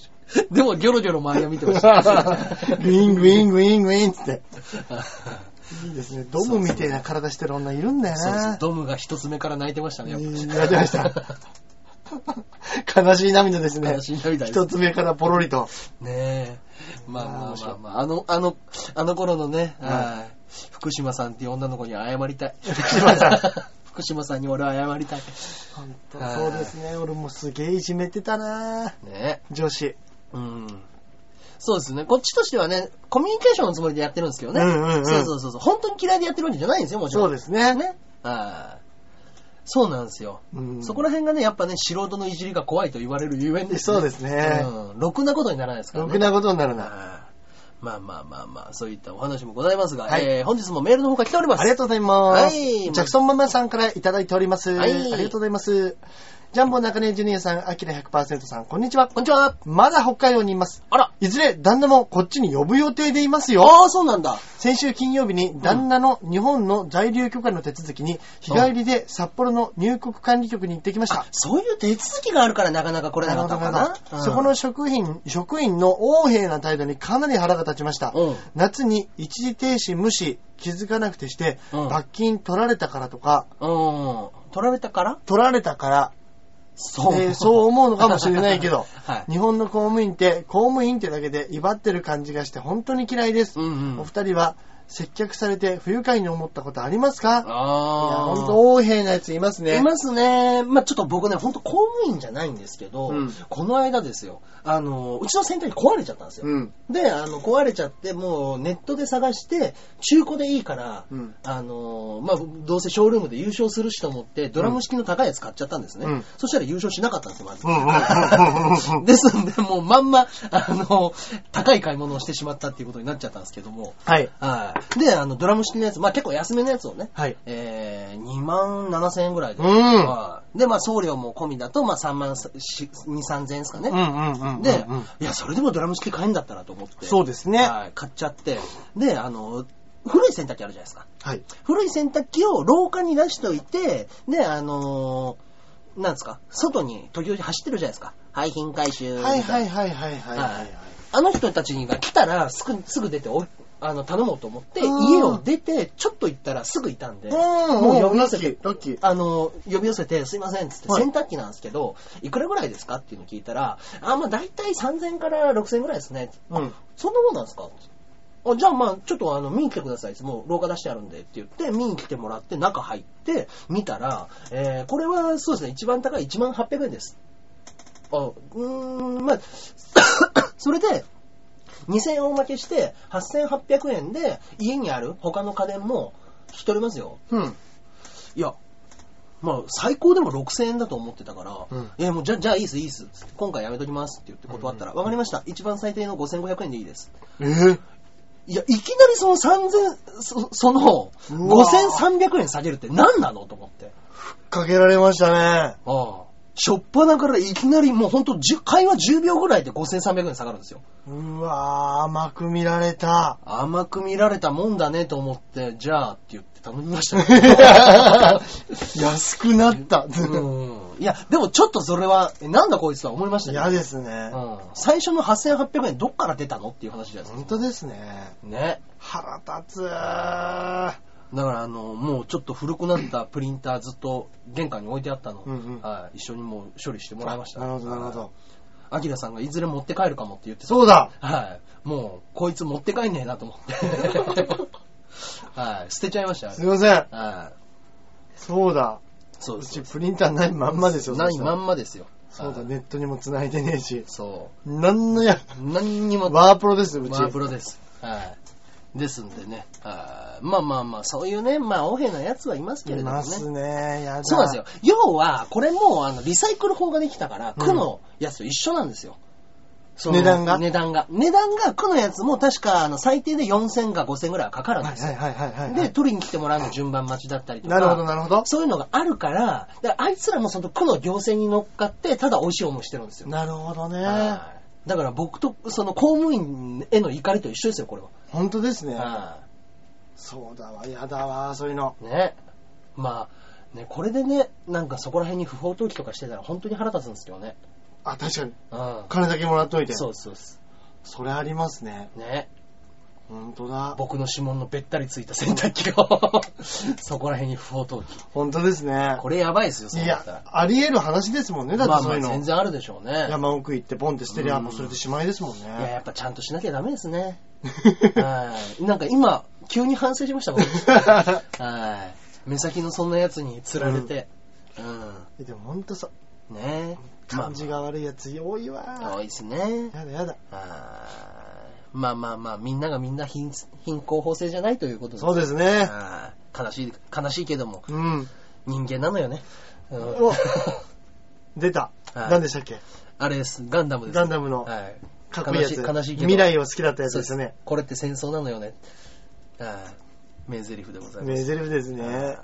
Speaker 1: でも、ギョロギョロ周り を見てました。
Speaker 3: グイング イングイングインっつって。
Speaker 1: そ
Speaker 3: いいですね。ドムみたいな体してる女いるんだよ
Speaker 1: うそう
Speaker 3: な。
Speaker 1: ドムが一つ目から泣いてましたね、やっぱり。
Speaker 3: 泣いてました。 悲しい涙ですね
Speaker 1: 悲。しい涙です
Speaker 3: 一つ目からポロリと。
Speaker 1: ねえ。まあま
Speaker 3: あ
Speaker 1: あ
Speaker 3: ー
Speaker 1: まあまあ、あの、あの、あの頃のね、
Speaker 3: はい
Speaker 1: はい福島さんっていう女の子に謝 りたい。福
Speaker 3: 島さん。
Speaker 1: 福島さんに俺は謝りたい。
Speaker 3: 本当
Speaker 1: はい
Speaker 3: そうですね。俺もすげえいじめてたな
Speaker 1: ね
Speaker 3: 女子。
Speaker 1: え。うん。そうですね。こっちとしてはね、コミュニケーションのつもりでやってるんですけどね。
Speaker 3: うんうんうん
Speaker 1: そうそうそうそう。本当に嫌いでやってるわけじゃないんですよ、もちろん。
Speaker 3: そうですね。
Speaker 1: ね。はいそうなんですよ。
Speaker 3: うん
Speaker 1: そこら辺がね、やっぱね、素人のいじりが怖いと言われるゆえんです、ね。
Speaker 3: そうですね
Speaker 1: うん。ろくなことにならないですから
Speaker 3: ろ
Speaker 1: ね。
Speaker 3: くなことになるな。
Speaker 1: はいまあまあまあまあ、そういったお話もございますが、
Speaker 3: はい
Speaker 1: えー本日もメールの方が来ております。
Speaker 3: ありがとうございます。
Speaker 1: はい
Speaker 3: ジャクソンママさんからいただいております。
Speaker 1: はい
Speaker 3: ありがとうございます。ジャンボ中根ジュニアさん、アキラ100%さん、こんにちは。
Speaker 1: こんにちは。
Speaker 3: まだ北海道にいます。
Speaker 1: あら。
Speaker 3: いずれ旦那もこっちに呼ぶ予定でいますよ。
Speaker 1: ああ、そうなんだ。
Speaker 3: 先週金曜日に旦那の日本の在留許可の手続きに日帰りで札幌の入国管理局に行ってきました。
Speaker 1: そういう手続きがあるからなかなか来れなかったのかな。うん
Speaker 3: そこの、職員、職員の横柄な態度にかなり腹が立ちました。
Speaker 1: うん
Speaker 3: 夏に一時停止無視、気づかなくてして、
Speaker 1: うん
Speaker 3: 罰金取られたからとか、
Speaker 1: うん。取られたから
Speaker 3: 取られたから、
Speaker 1: そ、
Speaker 3: えーそう思うのかもしれないけど
Speaker 1: はい。
Speaker 3: 日本の公務員って、公務員ってだけで威張ってる感じがして本当に嫌いです。
Speaker 1: うんう
Speaker 3: お
Speaker 1: ん。
Speaker 3: 二人は接客されて不愉快に思ったことありますかいや、
Speaker 1: ああ。
Speaker 3: 本当横柄なやついますね。
Speaker 1: いますね。まあちょっと僕ね、ほんと公務員じゃないんですけど、
Speaker 3: うん
Speaker 1: この間ですよ、あの、うちのセンターに壊れちゃったんですよ。
Speaker 3: うん。
Speaker 1: で、あの、壊れちゃって、もうネットで探して、中古でいいから、
Speaker 3: うん
Speaker 1: あのー、まあ、どうせショールームで優勝するしと思って、ドラム式の高いやつ買っちゃったんですね。
Speaker 3: うん
Speaker 1: そしたら優勝しなかったんですよ、まず。
Speaker 3: うんうんうんうんうん
Speaker 1: ですんで、もうまんま、あの、高い買い物をしてしまったっていうことになっちゃったんですけども。
Speaker 3: はい。
Speaker 1: はい。で、あの、ドラム式のやつ、まあ、結構安めのやつをね、
Speaker 3: はい。
Speaker 1: えー、2万7千円ぐらいで。
Speaker 3: うん
Speaker 1: はいで、まあ、送料も込みだと、まあ、3万2、3千円ですかね。
Speaker 3: うんうんうんうん。
Speaker 1: で、いや、それでもドラム式買えんだったらと思って。
Speaker 3: そうですね
Speaker 1: はい、買っちゃって。で、あの、古い洗濯機あるじゃないですか。
Speaker 3: はい。
Speaker 1: 古い洗濯機を廊下に出しておいて、で、あのーなんですか、外に時々走ってるじゃないですか。廃品回収みた
Speaker 3: はいい
Speaker 1: な。
Speaker 3: はいはいはいはいは
Speaker 1: はいい。あの人たちが来たら、すぐ、すぐ出てお、あの、頼もうと思って、
Speaker 3: うん
Speaker 1: 家を出て、ちょっと行ったらすぐいたんで、
Speaker 3: うん
Speaker 1: もう呼び寄せ
Speaker 3: ラッキ
Speaker 1: て
Speaker 3: ーラッキー、
Speaker 1: あの、呼び寄せて、すいません、つって、
Speaker 3: はい
Speaker 1: 洗濯機なんですけど、いくらぐらいですかっていうの聞いたら、あ、まあ大体3000から6000ぐらいですね。
Speaker 3: うん。
Speaker 1: そんなもんなんですかあじゃあまあ、ちょっとあの、見に来てください。もう廊下出してあるんでって言って、見に来てもらって、中入って、見たら、えー、これはそうですね、一番高い1万800円です。あ、うーん、まあ、 それで、2000円おまけして、8800円で、家にある他の家電も引き取れますよ。
Speaker 3: うん。
Speaker 1: いや、まあ、最高でも6000円だと思ってたから、
Speaker 3: うん
Speaker 1: えもうじゃじゃあいいです、いいです。今回やめときますって言って断ったら、わ、かりました。一番最低の5500円でいいです。
Speaker 3: えー
Speaker 1: いや、いきなりその3000、そその、
Speaker 3: うわ
Speaker 1: 5300円下げるって何なのと思って。
Speaker 3: かけられましたね。
Speaker 1: ああ。しょっぱなからいきなりもうほんと10会話10秒ぐらいで5300円下がるんですよ。
Speaker 3: うわー、甘く見られ た。
Speaker 1: 甘く見られたもんだねと思って、じゃあって言って頼みまし たけ
Speaker 3: 安くなった。
Speaker 1: ど。うん。いや、でもちょっとそれは、えなんだこいつは思いました
Speaker 3: 嫌
Speaker 1: ね。
Speaker 3: ですね。
Speaker 1: うん。最初の8800円どっから出たのっていう話じゃないです
Speaker 3: 本当ですね。
Speaker 1: か。ね。
Speaker 3: 腹立つー。
Speaker 1: だからあの、もうちょっと古くなったプリンターずっと玄関に置いてあったの。
Speaker 3: うんうん
Speaker 1: はい。一緒にもう処理してもらいました。
Speaker 3: なるほど、なるほど。
Speaker 1: アキラさんがいずれ持って帰るかもって言ってた。
Speaker 3: そうだ
Speaker 1: はい。もう、こいつ持って帰んねえなと 思って。はい。捨てちゃいました。
Speaker 3: すいません。
Speaker 1: はい。
Speaker 3: そうだ。
Speaker 1: そううです
Speaker 3: ち。プリンターないまんまですよ。
Speaker 1: ない
Speaker 3: そした
Speaker 1: ま
Speaker 3: ら
Speaker 1: んまですよ。
Speaker 3: そうだ、
Speaker 1: はい
Speaker 3: ネットにも繋いでねえし。
Speaker 1: そ
Speaker 3: なんのや、
Speaker 1: う。何にも、
Speaker 3: ワープロですよ、うち。
Speaker 1: ワープロです。はい。ですんでね。はいまあまあまあ、そういうね、まあ、おへなやつはいますけれ
Speaker 3: い
Speaker 1: ど
Speaker 3: ま
Speaker 1: もね。
Speaker 3: すね。やだ。
Speaker 1: そうなんですよ。。要は、これもう、あの、リサイクル法ができたから、
Speaker 3: うん
Speaker 1: 区のやつと一緒なんですよ。その
Speaker 3: 値段が
Speaker 1: 値段が。値段が、区のやつも確か、あの、最低で4000か5000ぐらいはかかるん
Speaker 3: は
Speaker 1: で
Speaker 3: い
Speaker 1: すよ
Speaker 3: はいはいはいはい。
Speaker 1: で、取りに来てもらうの順番待ちだったりとか。
Speaker 3: なるほどなるほど。
Speaker 1: そういうのがあるから、だからあいつらもその区の行政に乗っかって、ただ美味しい思いしてるんですよ。
Speaker 3: なるほどね。
Speaker 1: はいだから僕と、その公務員への怒りと一緒ですよ、これは。
Speaker 3: 本当ですね。
Speaker 1: は
Speaker 3: そうだわ、やだわ、そういうの。
Speaker 1: いね。まあ、ね、これでね、なんかそこら辺に不法投棄とかしてたら本当に腹立つんですけどね。
Speaker 3: あ、確かに。
Speaker 1: うん。
Speaker 3: 金だけもらっといて。
Speaker 1: そう
Speaker 3: う。
Speaker 1: ですそうです。
Speaker 3: それありますね。
Speaker 1: ね。
Speaker 3: 本当だ。
Speaker 1: 僕の指紋のべったりついた洗濯機 が、そこら辺に不法投棄。
Speaker 3: 本当ですね。
Speaker 1: これやばいですよ、そう
Speaker 3: い
Speaker 1: なった
Speaker 3: や
Speaker 1: ら。、
Speaker 3: あり得る話ですもんね。だっ
Speaker 1: まあ
Speaker 3: て
Speaker 1: ま
Speaker 3: そういう
Speaker 1: あ、
Speaker 3: の。
Speaker 1: 全然あるでしょうね。
Speaker 3: 山奥行ってポンって捨てりゃ、もうそれでしまいですもん
Speaker 1: いや、
Speaker 3: ね。
Speaker 1: やっぱちゃんとしなきゃダメですね。 はい。なんか今、急に反省しました、僕はい。目先のそんなやつに釣られて。う
Speaker 3: でも本当さ、
Speaker 1: ん。ねえ。
Speaker 3: 感じが悪いやつ多い
Speaker 1: まあ。多
Speaker 3: わ。
Speaker 1: いですね。
Speaker 3: やだやだ。
Speaker 1: はいまあまあまあ、みんながみんな貧貧困法制じゃないということです。
Speaker 3: そうですね。
Speaker 1: はい悲しい、悲しいけども、
Speaker 3: うん。
Speaker 1: 人間なのよね。うん
Speaker 3: お出た。
Speaker 1: はい
Speaker 3: 何でしたっけ
Speaker 1: あれです、ガンダムです。
Speaker 3: ガンダムの
Speaker 1: はい。
Speaker 3: かっこいいやつ。
Speaker 1: 悲しい悲しいけど
Speaker 3: 未来を好きだったやつ
Speaker 1: そう
Speaker 3: ですよね。。
Speaker 1: これって戦争なのよね。はい。名台詞でございま
Speaker 3: 名
Speaker 1: す。
Speaker 3: ゼリフですね。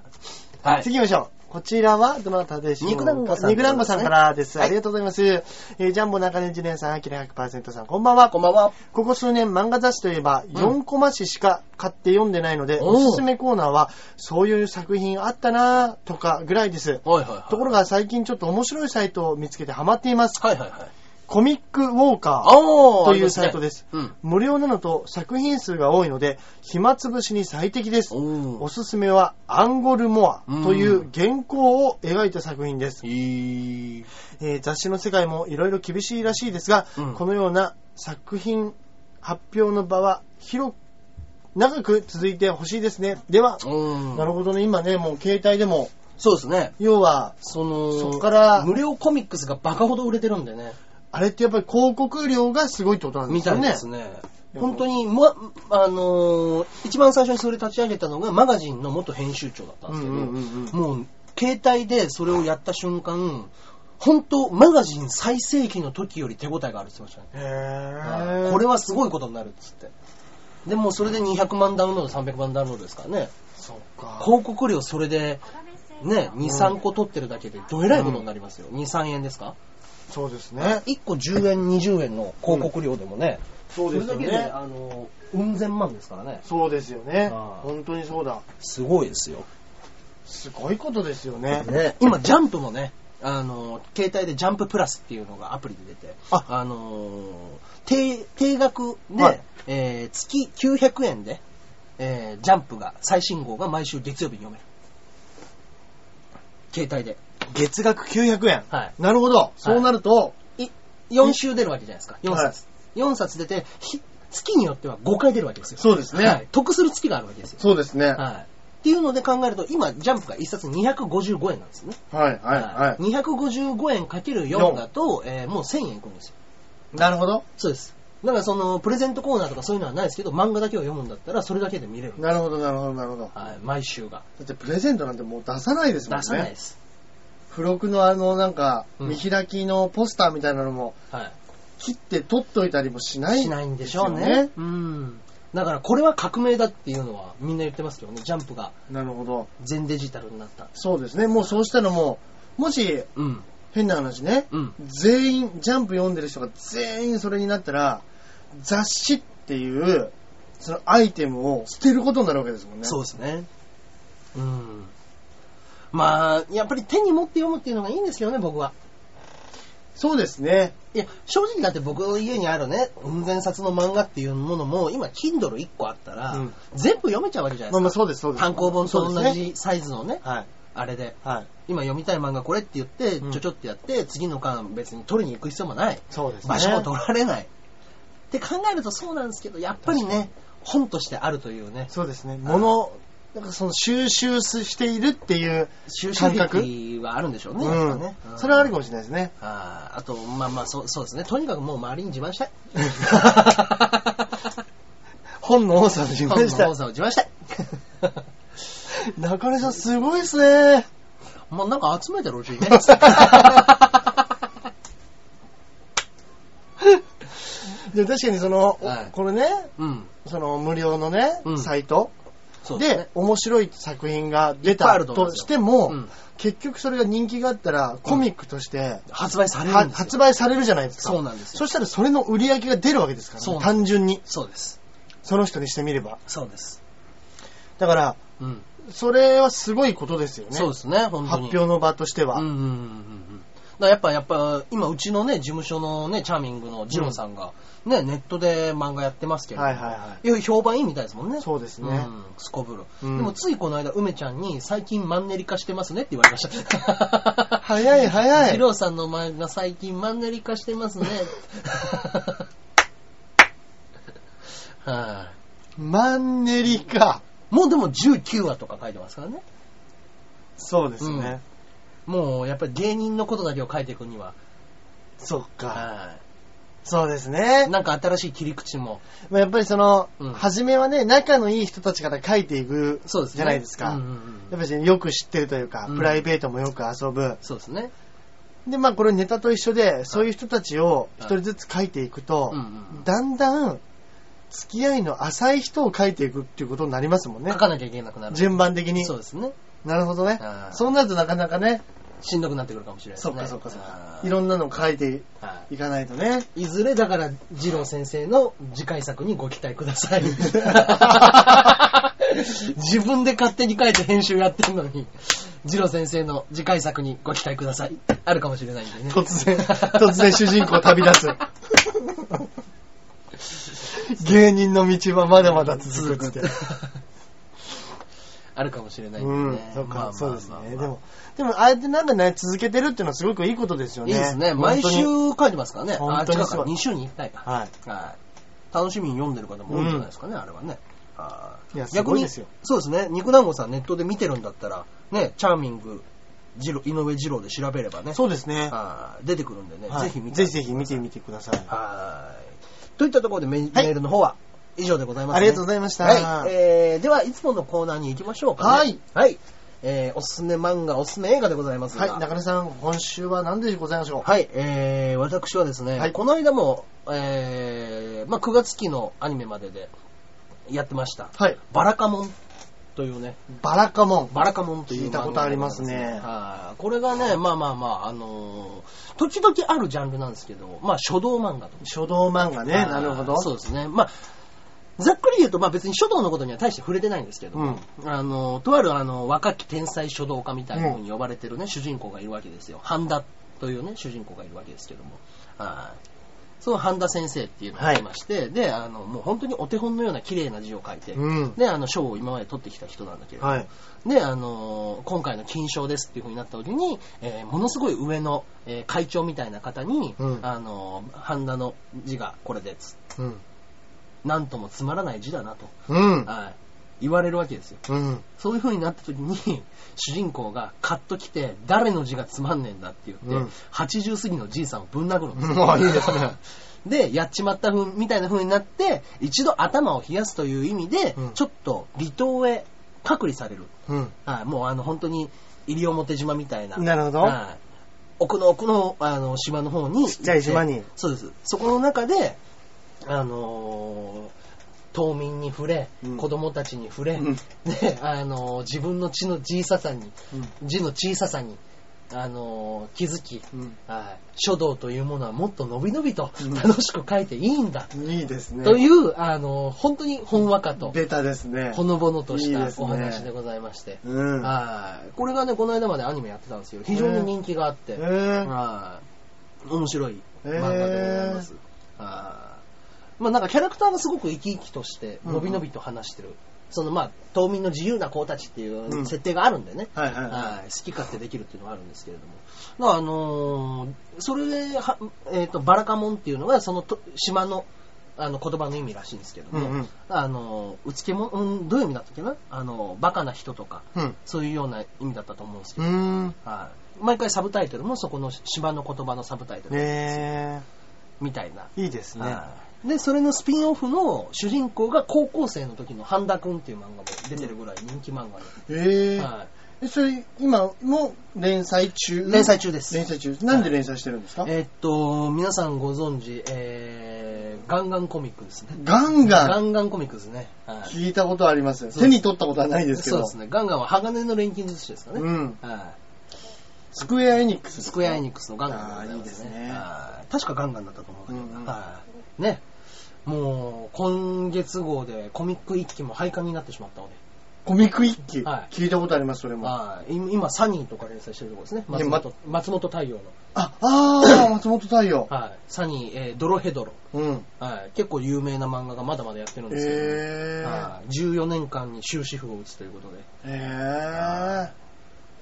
Speaker 1: はい。
Speaker 3: 次行きましょう。こちらは、どなたでしょうか
Speaker 1: 肉団子さん
Speaker 3: 肉団子さんからです。
Speaker 1: はい
Speaker 3: ありがとうございます。えージャンボ中根ジュニアさん、アキラ100%さん、こんばんは。
Speaker 1: こんばんは。
Speaker 3: ここ数年漫画雑誌といえば
Speaker 1: ん
Speaker 3: 4コマ誌しか買って読んでないので、
Speaker 1: おう
Speaker 3: おすすめコーナーはそういう作品あったなぁとかぐらいです。
Speaker 1: はいはいはい。
Speaker 3: ところが最近ちょっと面白いサイトを見つけてハマっています。
Speaker 1: はいはいはい。
Speaker 3: コミックウォーカー。
Speaker 1: おー
Speaker 3: というサイトです。
Speaker 1: ありますね
Speaker 3: 無料なのと作品数が多いので暇つぶしに最適です。
Speaker 1: うん。お
Speaker 3: おすすめはアンゴルモアという原稿を描いた作品です。
Speaker 1: えー。
Speaker 3: えー雑誌の世界もいろいろ厳しいらしいですが、
Speaker 1: うん
Speaker 3: このような作品発表の場は広く長く続いてほしいですね。では、
Speaker 1: うん。
Speaker 3: なるほどね。今ね、もう携帯でも、
Speaker 1: そうですね。
Speaker 3: 要は、
Speaker 1: その、
Speaker 3: そっから
Speaker 1: 無料コミックスがバカほど売れてるんでね。
Speaker 3: あれってやっぱり広告量がすごいってことなんで
Speaker 1: み
Speaker 3: す
Speaker 1: た
Speaker 3: よ
Speaker 1: い
Speaker 3: ね。
Speaker 1: ですね。本当に、ま、あのー一番最初にそれ立ち上げたのがマガジンの元編集長だったんですけど、
Speaker 3: うんうんうんうん
Speaker 1: もう、携帯でそれをやった瞬間、本当マガジン最盛期の時より手応えがあるって言ってましたね。
Speaker 3: へ
Speaker 1: は
Speaker 3: ー
Speaker 1: いこれはすごいことになるっつって。でもうそれで200万ダウンロード、300万ダウンロードですからね。
Speaker 3: そっか。
Speaker 1: 広告料それで、ね、2、3個取ってるだけでどえらいことになりますよ。2、3円ですか
Speaker 3: そうですね。
Speaker 1: ?1 個10円、20円の広告料でもね、
Speaker 3: そうですよ
Speaker 1: れだけで、
Speaker 3: ね。
Speaker 1: あの、うん千万ですからね。
Speaker 3: そうですよね。
Speaker 1: あー
Speaker 3: 本当にそうだ。
Speaker 1: すごいですよ。
Speaker 3: すごいことですよね。
Speaker 1: ね、今、ジャンプもね、あの、携帯でジャンププラスっていうのがアプリで出て、
Speaker 3: あ
Speaker 1: の、定、定額で、
Speaker 3: はい
Speaker 1: えー月900円で、えージャンプが、最新号が毎週月曜日に読める。携帯で。
Speaker 3: 月額900円。
Speaker 1: はい
Speaker 3: なるほど。そうなると、
Speaker 1: 4週出るわけじゃないですか。4
Speaker 3: はい
Speaker 1: 冊。4冊出て、ひ月によっては5回出るわけですよ。
Speaker 3: そうですね
Speaker 1: はい得する月があるわけですよ。
Speaker 3: そうですね。
Speaker 1: はい。っていうので考えると、今、ジャンプが1冊255円なんですね。
Speaker 3: はい、はい、は
Speaker 1: 255円かける4だと、えーもう1000円いくんですよ。
Speaker 3: い。なるほど。
Speaker 1: そうです。だからその、プレゼントコーナーとかそういうのはないですけど、漫画だけを読むんだったら、それだけで見れる。
Speaker 3: なるほど、なるほど、なるほど。
Speaker 1: はい、毎週が。
Speaker 3: だってプレゼントなんてもう出さないですもん
Speaker 1: 出
Speaker 3: ね。
Speaker 1: さないです。
Speaker 3: 付録のあの、なんか、
Speaker 1: うん
Speaker 3: 見開きのポスターみたいなのも、
Speaker 1: は。
Speaker 3: 切って取っといたりもしないい、
Speaker 1: しないんでしょうね。うん。だからこれは革命だっていうのはみんな言ってますけどね、ジャンプが
Speaker 3: なるほど。
Speaker 1: 全デジタルになった。
Speaker 3: そうですね。もうそうしたらもう、もし、
Speaker 1: うん。
Speaker 3: 変な話ね、
Speaker 1: うん
Speaker 3: 全員、ジャンプ読んでる人が全員それになったら、雑誌っていう、そのアイテムを捨てることになるわけですもんね。
Speaker 1: そうですね。うん。まあ、やっぱり手に持って読むっていうのがいいんですけどね、僕は。
Speaker 3: そうですね。
Speaker 1: いや、正直だって僕の家にあるね、うん千冊の漫画っていうものも、今、Kindle1 個あったら、
Speaker 3: うん
Speaker 1: 全部読めちゃうわけじゃない
Speaker 3: まあま
Speaker 1: で
Speaker 3: あ
Speaker 1: す
Speaker 3: そうです、そう
Speaker 1: か。
Speaker 3: です。
Speaker 1: 単行本と
Speaker 3: そうで
Speaker 1: 同
Speaker 3: すね
Speaker 1: じサイズのね、
Speaker 3: はい。
Speaker 1: あれで、
Speaker 3: はい。
Speaker 1: 今読みたい漫画これって言って、
Speaker 3: うん
Speaker 1: ちょちょってやって、次の巻別に取りに行く必要もない。
Speaker 3: そうですね。
Speaker 1: 場所も取られない。って考えるとそうなんですけど、やっぱりね、本としてあるというね、
Speaker 3: そうですね。物、なんかその収集しているっていう、
Speaker 1: 収集
Speaker 3: 感覚
Speaker 1: 力はあるんでしょう
Speaker 3: う
Speaker 1: ね、やっぱね
Speaker 3: ん。それはあるか
Speaker 1: も
Speaker 3: もしれないですね。
Speaker 1: あーあと、まあまあそう、そうですね。とにかくもう周りに自 慢したい。
Speaker 3: 本の多さで言いま
Speaker 1: 本の
Speaker 3: した
Speaker 1: 多。さを自慢 したい。
Speaker 3: 中根さんすごいですね。
Speaker 1: もうなんか集めてるうちに ね。
Speaker 3: でも確かにその、お
Speaker 1: はい
Speaker 3: これね、
Speaker 1: うん。
Speaker 3: その無料のね、
Speaker 1: うん
Speaker 3: サイト
Speaker 1: そう
Speaker 3: で、
Speaker 1: すね。
Speaker 3: 面白い作品が出
Speaker 1: いっぱいあ
Speaker 3: た
Speaker 1: ると思い
Speaker 3: と
Speaker 1: ます
Speaker 3: し
Speaker 1: よ
Speaker 3: ても、
Speaker 1: うん
Speaker 3: 結局それが人気があったらコミックとして、
Speaker 1: 発売される
Speaker 3: は
Speaker 1: んですよ。
Speaker 3: 発売されるじゃないですか。
Speaker 1: そうなんですよ
Speaker 3: そしたらそれの売り上げが出るわけですから、
Speaker 1: そう
Speaker 3: ね、
Speaker 1: なん
Speaker 3: 単
Speaker 1: です
Speaker 3: 純に。
Speaker 1: そうです。
Speaker 3: その人にしてみれば。
Speaker 1: そうです。
Speaker 3: だから、
Speaker 1: うん。
Speaker 3: それはすごいことですよね。
Speaker 1: そうですね、本当
Speaker 3: 発
Speaker 1: に。
Speaker 3: 表の場としては。
Speaker 1: うんうんうんうんうん。だからやっぱ、やっぱ、今、うちのね、事務所のね、チャーミングのジローさんが、ね、ネットで漫画やってますけど、
Speaker 3: はいはいはい
Speaker 1: や評判いいみたいですもんね。
Speaker 3: そうですね
Speaker 1: うん、すこぶる。
Speaker 3: うん
Speaker 1: でも、ついこの間、梅ちゃんに、最近マンネリ化してますねって言われました。
Speaker 3: 早い早い
Speaker 1: ジローさんの漫画、最近マンネリ化してますね。はい、
Speaker 3: マンネリか。
Speaker 1: もうでも19話とか書いてますからね。
Speaker 3: そうですね。
Speaker 1: うんもうやっぱり芸人のことだけを書いていくには。
Speaker 3: そっか。
Speaker 1: はい
Speaker 3: そうですね。
Speaker 1: なんか新しい切り口も。
Speaker 3: まあ、やっぱりその、
Speaker 1: うん
Speaker 3: 初めはね、仲のいい人たちから書いていく
Speaker 1: そうですね。
Speaker 3: じゃないですか。
Speaker 1: うんうんう
Speaker 3: や
Speaker 1: ん
Speaker 3: っぱりねよく知ってるというか、
Speaker 1: うん
Speaker 3: プライベートもよく遊ぶ。
Speaker 1: そうですね。
Speaker 3: で、まあこれネタと一緒で、そういう人たちを
Speaker 1: い
Speaker 3: 一人ずつ書いていくと、
Speaker 1: うんうん
Speaker 3: だんだん付き合いの浅い人を書いていくっていうことになりますもんね
Speaker 1: 書。かなきゃいけなくなる。
Speaker 3: 順番的に。
Speaker 1: そうですね。
Speaker 3: なるほどね
Speaker 1: は。い
Speaker 3: そうなるとなかなかね、
Speaker 1: しんどくなってくるかもしれないです
Speaker 3: そ
Speaker 1: ね。
Speaker 3: っかそっかそっか
Speaker 1: は。い
Speaker 3: いろんなの書いて
Speaker 1: はい
Speaker 3: いかないとね。
Speaker 1: いずれだから、二郎先生の次回作にご期待く ださい。自分で勝手に書いて編集やってるのに、二郎先生の次回作にご期待ください。あるかもしれないんでね。
Speaker 3: 突然、 突然主人公旅 立つ。芸人の道はまだまだ続くっつって。
Speaker 1: あるかもしれないんでね。
Speaker 3: うん、そう
Speaker 1: まあまあ
Speaker 3: か、
Speaker 1: まあまあ
Speaker 3: そうですね。でも、でも、あえてなんかね、続けてるっていうのはすごくいいことですよ
Speaker 1: いい
Speaker 3: ね。
Speaker 1: ですね。毎
Speaker 3: 本当
Speaker 1: 週
Speaker 3: に
Speaker 1: 書いてますからね。あ、
Speaker 3: 本
Speaker 1: 違
Speaker 3: 当に
Speaker 1: う
Speaker 3: そ
Speaker 1: か。
Speaker 3: う
Speaker 1: 2週に1回か。
Speaker 3: はい。
Speaker 1: はい。楽しみに読んでる方も多いんじゃないですかね、あれはね。はい
Speaker 3: いやすごいですよ
Speaker 1: 逆にそうですね。肉団子さんネットで見てるんだったら、ね、チャーミング、ジロ井上二郎で調べればね。
Speaker 3: そうですね。
Speaker 1: はい出てくるんでね。
Speaker 3: はい
Speaker 1: ぜひ見て。
Speaker 3: ぜひぜひ見てみてください。
Speaker 1: はい。といったところでメ,、
Speaker 3: はい
Speaker 1: メールの方は以上でございます、
Speaker 3: ありがとうございました
Speaker 1: はい。えー、では、いつものコーナーに行きましょうか、ね。
Speaker 3: はい。
Speaker 1: はい。えー、おすすめ漫画、おすすめ映画でございますが。
Speaker 3: はい、中根さん、今週は何でございましょう
Speaker 1: はい、えー、私はですね、
Speaker 3: はい
Speaker 1: この間も、えー、まあ、9月期のアニメまででやってました。
Speaker 3: はい。
Speaker 1: バラカモンというね、
Speaker 3: バラカモン。
Speaker 1: バラカモンという
Speaker 3: 聞いたことありますね
Speaker 1: 漫画なんですはい。これがね、まあまあまあ、あのー時々あるジャンルなんですけど、まあ、書道漫画とか。
Speaker 3: 書道漫画ね。
Speaker 1: はい
Speaker 3: なるほど。
Speaker 1: そう
Speaker 3: う。
Speaker 1: ですね。まあ、ざっくり言うと、まあ別に書道のことには大して触れてないんですけど、
Speaker 3: うん
Speaker 1: あの、とあるあの、若き天才書道家みたいな風に呼ばれてるね、主人公がいるわけですよ。半田というね、主人公がいるわけですけども。はい。その半田先生っていうのがいまして、で、あの、もう本当にお手本のような綺麗な字を書いて、
Speaker 3: うん
Speaker 1: で、あの、賞を今まで取ってきた人なんだけれども、
Speaker 3: はい。
Speaker 1: で、あのー今回の金賞ですっていう風になった時に、えーものすごい上の、えー会長みたいな方に、
Speaker 3: うん
Speaker 1: あのー、半田の字がこれでつ、
Speaker 3: うん。
Speaker 1: なんともつまらない字だなと、
Speaker 3: うん。
Speaker 1: はい、言われるわけですよ。
Speaker 3: うん。
Speaker 1: そういう風になった時に、主人公がカッと来て、誰の字がつまんねえんだって言って、
Speaker 3: うん
Speaker 1: 80過ぎのじいさんをぶん殴るんですよ
Speaker 3: もういいですね。
Speaker 1: で、やっちまったふみたいな風になって、一度頭を冷やすという意味で、
Speaker 3: うん
Speaker 1: ちょっと離島へ隔離される。
Speaker 3: うん。
Speaker 1: はい、もうあの本当に西表島みたいな。
Speaker 3: なるほど
Speaker 1: はい奥の奥のあの島の方に。
Speaker 3: ちっちゃい島に。
Speaker 1: そうです。そこの中で、あのー島民に触れ、
Speaker 3: うん
Speaker 1: 子供たちに触れ、
Speaker 3: うん
Speaker 1: で、あのー自分の地の小ささに、
Speaker 3: うん
Speaker 1: 字の小ささに、あのー気づき、
Speaker 3: うん
Speaker 1: はい、書道というものはもっと伸び伸びと
Speaker 3: うん
Speaker 1: 楽しく書いていいんだ、
Speaker 3: いいですね。
Speaker 1: という、あのー本当にほんわかと、
Speaker 3: ベタですね。
Speaker 1: ほのぼのとし
Speaker 3: いい
Speaker 1: た
Speaker 3: ですね
Speaker 1: お話でございまして。
Speaker 3: うん。
Speaker 1: はい。これがね、この間までアニメやってたんですよ。非常に人気があっ
Speaker 3: え
Speaker 1: て。
Speaker 3: ー、
Speaker 1: はい。面白い漫画でございます。はいまあなんかキャラクターがすごく生き生きとして、
Speaker 3: うん
Speaker 1: のびのびと話してる。そのまあ、島民の自由な子たちっていう
Speaker 3: うん
Speaker 1: 設定があるんでね。
Speaker 3: はいはいは
Speaker 1: はい、好き勝手できるっていうのがあるんですけれども。まああのーそれでは、えっ、と、バラカモンっていうのがそのと島の、あの、言葉の意味らしいんですけども、
Speaker 3: うんうん
Speaker 1: あのー、うつけもん、うん、どういう意味だったっけなあのー、バカな人とか、
Speaker 3: い。うん。
Speaker 1: そういうような意味だったと思うんですけ
Speaker 3: う
Speaker 1: ど、
Speaker 3: ーん。
Speaker 1: はい。毎回サブタイトルもそこの島の言葉のサブタイトル
Speaker 3: ね
Speaker 1: みたいな。
Speaker 3: えいいですね。
Speaker 1: はいで、それのスピンオフの主人公が高校生の時の半田くんっていう漫画も出てるぐらい人気漫画で。
Speaker 3: ええ
Speaker 1: はい
Speaker 3: えそれ、今も連載中
Speaker 1: 連載中です
Speaker 3: 連載中。なんで連載してるんですか、
Speaker 1: えーっと、皆さんご存知、えー、ガンガンコミックですね。
Speaker 3: ガン
Speaker 1: ガ
Speaker 3: ガン
Speaker 1: ンガンコミックですね。はい。
Speaker 3: 聞いたことあります。
Speaker 1: そう
Speaker 3: 手に取ったことはないですけ
Speaker 1: そう
Speaker 3: ど。
Speaker 1: ですね。ガンガンは鋼の錬金術師ですかね。
Speaker 3: うん。
Speaker 1: は
Speaker 3: スクエアエニックス
Speaker 1: い。
Speaker 3: です
Speaker 1: ス
Speaker 3: か。
Speaker 1: クエアエニックスのガンガンでござます
Speaker 3: あーいいですね
Speaker 1: はい確かガンガンだったと思うけど、
Speaker 3: うんうん
Speaker 1: はい。ね。もう、今月号でコミック一期も廃刊になってしまったので。
Speaker 3: コミック一期、
Speaker 1: はい
Speaker 3: 聞いたことあります、それも。あ、
Speaker 1: はい。今今、サニーとか連載してるところですね。松
Speaker 3: いや
Speaker 1: 本、松本太陽の。
Speaker 3: あー、松本太陽。
Speaker 1: はい。サニー、えードロヘドロ。
Speaker 3: うん。
Speaker 1: はい。結構有名な漫画がまだまだやってるんですけど、
Speaker 3: えー。
Speaker 1: はい14年間に終止符を打つということで。
Speaker 3: え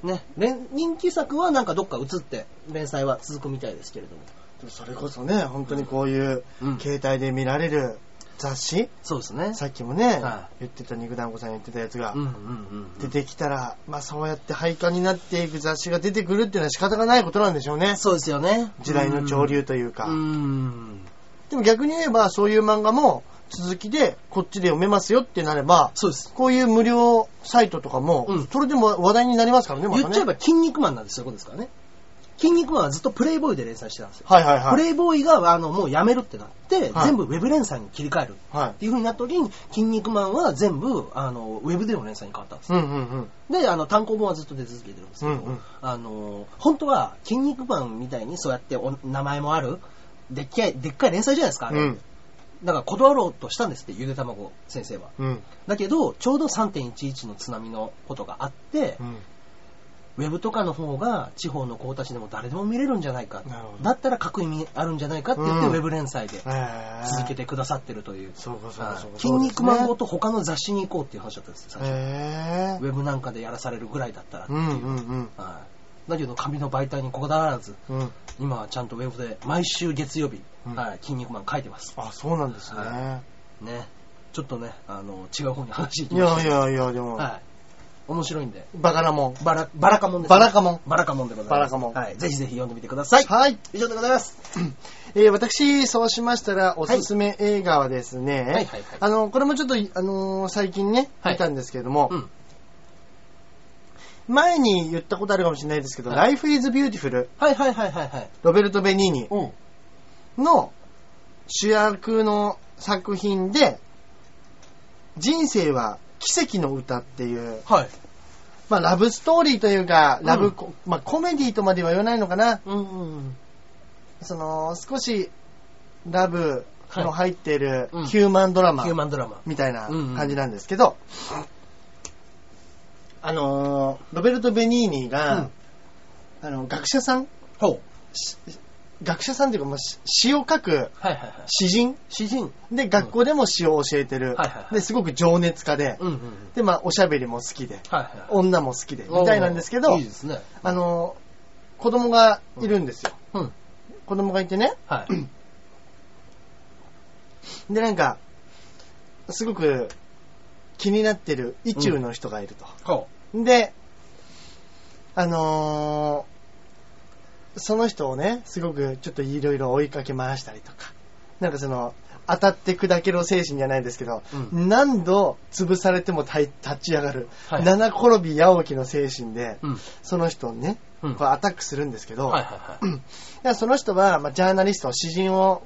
Speaker 3: ー。
Speaker 1: ね、連人気作はなんかどっか移って連載は続くみたいですけれども。
Speaker 3: でもそれこそね、本当にこういう、
Speaker 1: うん
Speaker 3: 携帯で見られる雑誌、
Speaker 1: そうですね。
Speaker 3: さっきもね、
Speaker 1: は
Speaker 3: 言ってた肉団子さんが言ってたやつが、
Speaker 1: うんうんうんう
Speaker 3: 出
Speaker 1: ん。
Speaker 3: てきたら、まあそうやって廃刊になっていく雑誌が出てくるっていうのは仕方がないことなんでしょうね。
Speaker 1: そうですよね。
Speaker 3: 時代の潮流という
Speaker 1: か
Speaker 3: か。
Speaker 1: うん。うん
Speaker 3: でも逆に言えば、そういう漫画も続きでこっちで読めますよってなれば、
Speaker 1: そうです。
Speaker 3: こういう無料サイトとかも、
Speaker 1: うん
Speaker 3: それでも話題になりますからね、またね。
Speaker 1: 言っちゃえば、筋肉マンなんですよ、ことですからね。筋肉マンはずっとプレイボーイで連載してたんですよ。
Speaker 3: はいはいはい。
Speaker 1: プレイボーイが、あの、もうやめるってなって、
Speaker 3: はい
Speaker 1: 全部ウェブ連載に切り替える。
Speaker 3: は
Speaker 1: っていう風になった時に、筋肉マンは全部、あの、ウェブでの連載に変わったんです
Speaker 3: い。う。んうんうん。
Speaker 1: で、あの、単行本はずっと出続けてるんですけど、
Speaker 3: うんうん
Speaker 1: あの、本当は、筋肉マンみたいにそうやってお名前もある、でっかい、でっかい連載じゃないですか、あれ。
Speaker 3: うん
Speaker 1: だから断ろうとしたんですって、ゆでたまご先生は。
Speaker 3: うん。
Speaker 1: だけど、ちょうど3.11の津波のことがあって、
Speaker 3: うん。
Speaker 1: ウェブとかの方が地方の子たちでも誰でも見れるんじゃないか
Speaker 3: なるほ。ど
Speaker 1: だったら書く意味あるんじゃないかって言って、
Speaker 3: うん
Speaker 1: ウェブ連載で
Speaker 3: えー
Speaker 1: 続けてくださってるという。
Speaker 3: そうかそう
Speaker 1: は
Speaker 3: か
Speaker 1: い
Speaker 3: そうか。
Speaker 1: 筋肉マンごと他の雑誌に行こうっていう話だったんですよ、最初。
Speaker 3: へ
Speaker 1: ウェブなんかでやらされるぐらいだったらって
Speaker 3: う
Speaker 1: い
Speaker 3: んうんうん
Speaker 1: はい、だけど紙の媒体にこだわらず
Speaker 3: うん。
Speaker 1: 今はちゃんとウェブで毎週月曜日「
Speaker 3: うん
Speaker 1: はい、筋肉マン」書いてます
Speaker 3: あ、そうなんですね
Speaker 1: は。ねちょっとねあの違う方に話いき
Speaker 3: い
Speaker 1: ました
Speaker 3: やいやいや、でも、
Speaker 1: はい、面白いんで
Speaker 3: バカなもん。
Speaker 1: バラバラカモンです
Speaker 3: バラカモン。
Speaker 1: バラカモンでございます
Speaker 3: バラカモン
Speaker 1: はい、ぜひぜひ読んでみてください
Speaker 3: はい。
Speaker 1: 以上でございます
Speaker 3: えー私、そうしましたら、おすすめ映画はですね、
Speaker 1: はいはいはいはい
Speaker 3: あの、これもちょっと、あのー最近ね、
Speaker 1: はい
Speaker 3: 見たんですけれども、
Speaker 1: うん
Speaker 3: 前に言ったことあるかもしれないですけど、
Speaker 1: は
Speaker 3: Life is Beautiful、
Speaker 1: はいはいはいはいはい
Speaker 3: ロベルト・ベニーニ
Speaker 1: うん
Speaker 3: の主役の作品で、人生は奇跡の歌っていう、
Speaker 1: はい
Speaker 3: まあ、ラブストーリーというか、ラ
Speaker 1: うん
Speaker 3: ブコ、まあ、コメディーとまでは言わないのかな。
Speaker 1: うんうん
Speaker 3: その、少し、ラブの入っている
Speaker 1: はいうん
Speaker 3: ヒューマンドラ
Speaker 1: うん
Speaker 3: マ
Speaker 1: ヒューマンドラマ
Speaker 3: みたいな
Speaker 1: うんうん
Speaker 3: 感じなんですけど、あのー、ロベルト・ベニーニが、あの、学者さん
Speaker 1: ほう
Speaker 3: し学者さんっていうか、まあ、し詩を書く
Speaker 1: はいはいはい
Speaker 3: 詩人
Speaker 1: 詩人
Speaker 3: で、学校でも詩を教えてる
Speaker 1: はいはいは。い
Speaker 3: で、すごく情熱家で、
Speaker 1: うんうんうん
Speaker 3: で、まあ、おしゃべりも好きで、
Speaker 1: はいはいはい
Speaker 3: 女も好きで、みたいなんですけど
Speaker 1: いい、ですね
Speaker 3: あのー、子供がいるんですよ。
Speaker 1: うん
Speaker 3: 子供がいてね、
Speaker 1: はい
Speaker 3: で、なんか、すごく気になってる意中の人がいると。
Speaker 1: ほ
Speaker 3: で、あのーその人をね、すごくちょっといろいろ追いかけ回したりとか、なんかその、当たって砕けろ精神じゃないですけど、
Speaker 1: う
Speaker 3: 何度潰されても立い立ち上がる、
Speaker 1: はい
Speaker 3: 七転び八起きの精神で、
Speaker 1: ううん
Speaker 3: その人をね、
Speaker 1: うん
Speaker 3: こうアタックするんですけど、
Speaker 1: はいはいはい
Speaker 3: だからその人は、まあ、ジャーナリスト、詩人を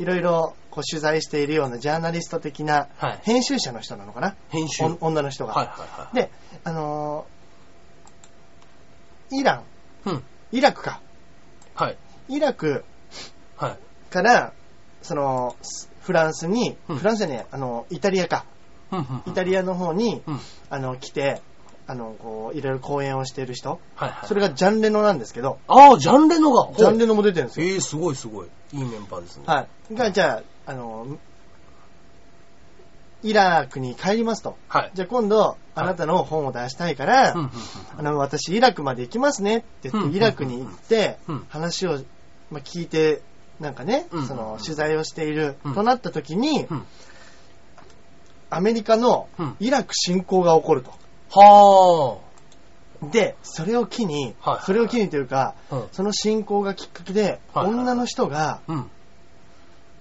Speaker 3: いろいろこう取材しているようなジャーナリスト的な
Speaker 1: はい
Speaker 3: 編集者の人なのかな、
Speaker 1: 編集。
Speaker 3: お女の人が。
Speaker 1: はいはいはい。
Speaker 3: で、あのーイラン、
Speaker 1: ううん。
Speaker 3: イラクか。
Speaker 1: はい。
Speaker 3: イラク
Speaker 1: はい。
Speaker 3: から、その、スフランスに、
Speaker 1: うん
Speaker 3: フランスじゃねえ、あの、イタリアか。
Speaker 1: うんうんうん
Speaker 3: イタリアの方に、
Speaker 1: うん。
Speaker 3: あの、来て、あの、こう、いろいろ講演をしている人。
Speaker 1: はいはい。
Speaker 3: それがジャンレノなんですけど、
Speaker 1: ああ、ジャンレノが。
Speaker 3: ジャンレノも出てるんですよ。
Speaker 1: えー、すごいすごい。いいメンバーですね。
Speaker 3: はい。が、じゃあ、あの、イラクに帰りますと。
Speaker 1: はい。
Speaker 3: じゃあ今度、あなたの本を出したいから、
Speaker 1: うんうんうん
Speaker 3: あの、私、イラクまで行きますねって言
Speaker 1: う
Speaker 3: っ
Speaker 1: ん
Speaker 3: て、イラクに行って
Speaker 1: うん、
Speaker 3: 話を、まあ、聞いて、なんかね、
Speaker 1: うん
Speaker 3: その、取材をしている
Speaker 1: うん
Speaker 3: となった時に
Speaker 1: うん、
Speaker 3: アメリカの
Speaker 1: うん
Speaker 3: イラク侵攻が起こると。
Speaker 1: は
Speaker 3: で、それを機に
Speaker 1: はいはい、
Speaker 3: それを機にというか、
Speaker 1: あ。うん。
Speaker 3: その侵攻がきっかけで、
Speaker 1: はいはいはい
Speaker 3: 女の人が、
Speaker 1: うん。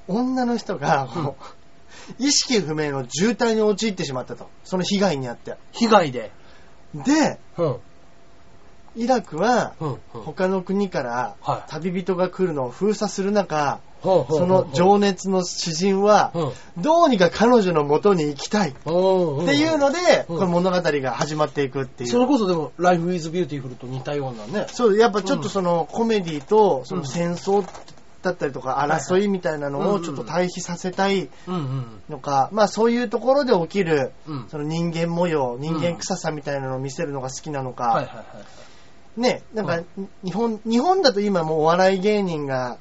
Speaker 3: 女の人が、
Speaker 1: うん
Speaker 3: こう意識不明の渋滞に陥ってしまったと。その被害に遭って。
Speaker 1: 被害で。
Speaker 3: で、
Speaker 1: うん。
Speaker 3: イラクは、
Speaker 1: うん。うん。
Speaker 3: 他の国から
Speaker 1: はい
Speaker 3: 旅人が来るのを封鎖する中、
Speaker 1: ほうほうほう
Speaker 3: その情熱の詩人は、
Speaker 1: うん。
Speaker 3: どうにか彼女の元に行きたいっ
Speaker 1: おー
Speaker 3: ていうので、
Speaker 1: うん
Speaker 3: この物語が始まっていくってい
Speaker 1: それ
Speaker 3: う。
Speaker 1: こそでも、ライフイズビューティフルと似たようなね。
Speaker 3: そう、やっぱちょっとそのコメディとその戦争だったりとか
Speaker 1: いはい
Speaker 3: 争いみたいなのをちょっと対比させたい
Speaker 1: うんうん。
Speaker 3: のか、まあそういうところで起きる
Speaker 1: うん。
Speaker 3: その人間模様、人間臭さみたいなのを見せるのが好きなの
Speaker 1: はいはい
Speaker 3: か、
Speaker 1: はい。
Speaker 3: ね、なんか日本、日本だと今もうお笑い芸人が、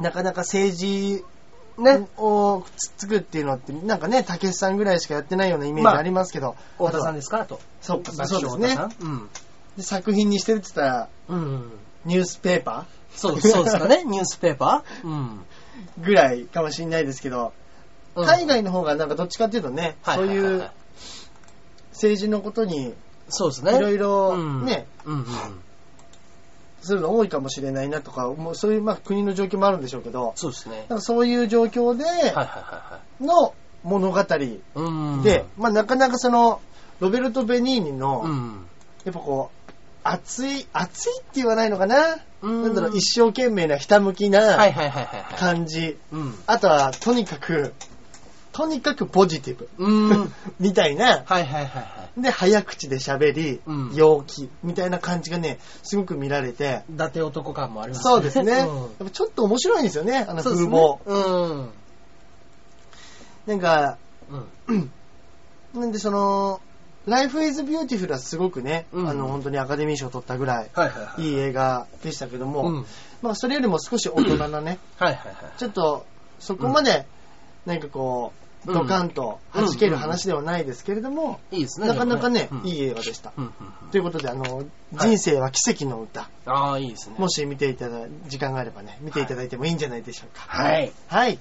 Speaker 3: なかなか政治
Speaker 1: ね。
Speaker 3: をつっつくっていうのって、なんかね、たけしさんぐらいしかやってないようなイメージありますけど、
Speaker 1: 太田さん
Speaker 3: で
Speaker 1: ですかと。
Speaker 3: そう
Speaker 1: 爆笑
Speaker 3: そうですね
Speaker 1: 太田さん
Speaker 3: で作品にしてるって言ったら、
Speaker 1: うん。うん。
Speaker 3: ニュースペーパ
Speaker 1: そう、そうですか ね。ニュースペーパー。うん。
Speaker 3: ーぐらいかもしれないですけど、
Speaker 1: うん
Speaker 3: 海外の方がなんかどっちかっていうとね、
Speaker 1: はい
Speaker 3: そう
Speaker 1: はいはいいはいう
Speaker 3: 政治のことに
Speaker 1: そうですね。
Speaker 3: いろい
Speaker 1: うん
Speaker 3: ろね、
Speaker 1: うんうんうん。
Speaker 3: するの多いかもしれないなとか、もうそういうまあ国の状況もあるんでしょうけど、
Speaker 1: そうですね。
Speaker 3: なんかそういう状況で
Speaker 1: はいはいは
Speaker 3: の物語
Speaker 1: いはい。うん。
Speaker 3: で、、まあなかなかその、ロベルト・ベニーニの、
Speaker 1: うん。
Speaker 3: やっぱこう、熱い、熱いって言わないのかな、
Speaker 1: うん
Speaker 3: なんだろう、一生懸命なひたむき
Speaker 1: は
Speaker 3: ない
Speaker 1: はいはいはいはい。
Speaker 3: 感じ。
Speaker 1: うん。
Speaker 3: あとは、とにかく、とにかくポジティブ。
Speaker 1: うん。
Speaker 3: みたいな。
Speaker 1: はいはいはいはい。
Speaker 3: で、早口で喋り、
Speaker 1: うん
Speaker 3: 陽気、みたいな感じがね、すごく見られて。
Speaker 1: 伊達男感もありますね。
Speaker 3: そうですね。や
Speaker 1: うん
Speaker 3: っぱちょっと面白いんですよね、あの
Speaker 1: そう
Speaker 3: 風
Speaker 1: です
Speaker 3: 貌
Speaker 1: ね。。うん。
Speaker 3: なんか、
Speaker 1: うん。
Speaker 3: なんでその、ライフイズビューティフルはすごくね、
Speaker 1: うん
Speaker 3: あの本当にアカデミー賞を取ったぐらい、
Speaker 1: はいはいはい。
Speaker 3: いい映画でしたけども、
Speaker 1: うん。はい
Speaker 3: まあそれよりも少し大人な ね、
Speaker 1: はいはい。
Speaker 3: ちょっとそこまで、なんかこう、ドカンと弾ける話ではないですけれども、
Speaker 1: いいですね。
Speaker 3: なかなかね
Speaker 1: でも、
Speaker 3: いい
Speaker 1: い。
Speaker 3: 映画でした。
Speaker 1: うんうんうん
Speaker 3: ということで、あの、
Speaker 1: はい
Speaker 3: 人生は奇跡の歌、
Speaker 1: ああ、いいですね。
Speaker 3: もし見ていただ、時間があればね、見ていただいてもいいんじゃないでしょうか。
Speaker 1: はい。
Speaker 3: はい。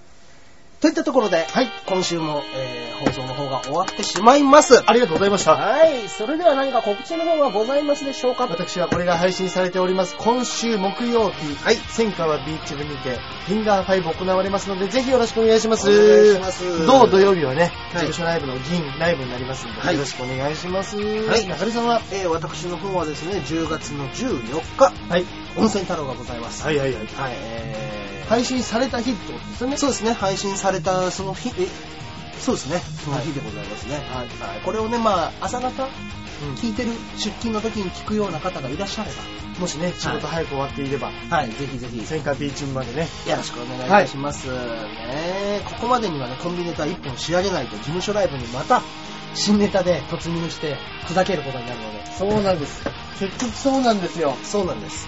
Speaker 1: といったところで、はい。今週も、えー、放送の方が終わってしまいます。
Speaker 3: ありがとうございました。
Speaker 1: はい。それでは何か告知の方はございますでしょうか
Speaker 3: 私はこれが配信されております今週木曜日、はい、戦火はビーチ部にてフィンガー5行われますのでぜひよろしくお願いします
Speaker 1: お願いします
Speaker 3: 同土曜日はね、
Speaker 1: はい
Speaker 3: 事務所ライブの銀ライブになりますので、
Speaker 1: はい
Speaker 3: よろしくお願いします、
Speaker 1: い
Speaker 3: 中根さんは、
Speaker 1: えー、私の方はですね、10月の14日、
Speaker 3: はい、
Speaker 1: 温泉太郎がございます。
Speaker 3: はいはいはい
Speaker 1: はい、えー、
Speaker 3: 配信された日ってことですよね
Speaker 1: そうですね、配信されたその日、え、そうですね、その日でございますね。
Speaker 3: は
Speaker 1: はいい。これをね、まあ、朝方、
Speaker 3: うん
Speaker 1: 聞いてる、出勤の時に聞くような方がいらっしゃれ
Speaker 3: もしね仕事早く終わっていれば、
Speaker 1: ば、はい、ぜひぜひ、
Speaker 3: 戦火ビーチ部までね
Speaker 1: よろしくお願いいたします。ねここまでにはね、コンビネタ1本仕上げないと、事務所ライブにまた、新ネタで突入して、砕けることになるので。
Speaker 3: そうなんです結局そうなんですよ
Speaker 1: そうなんです。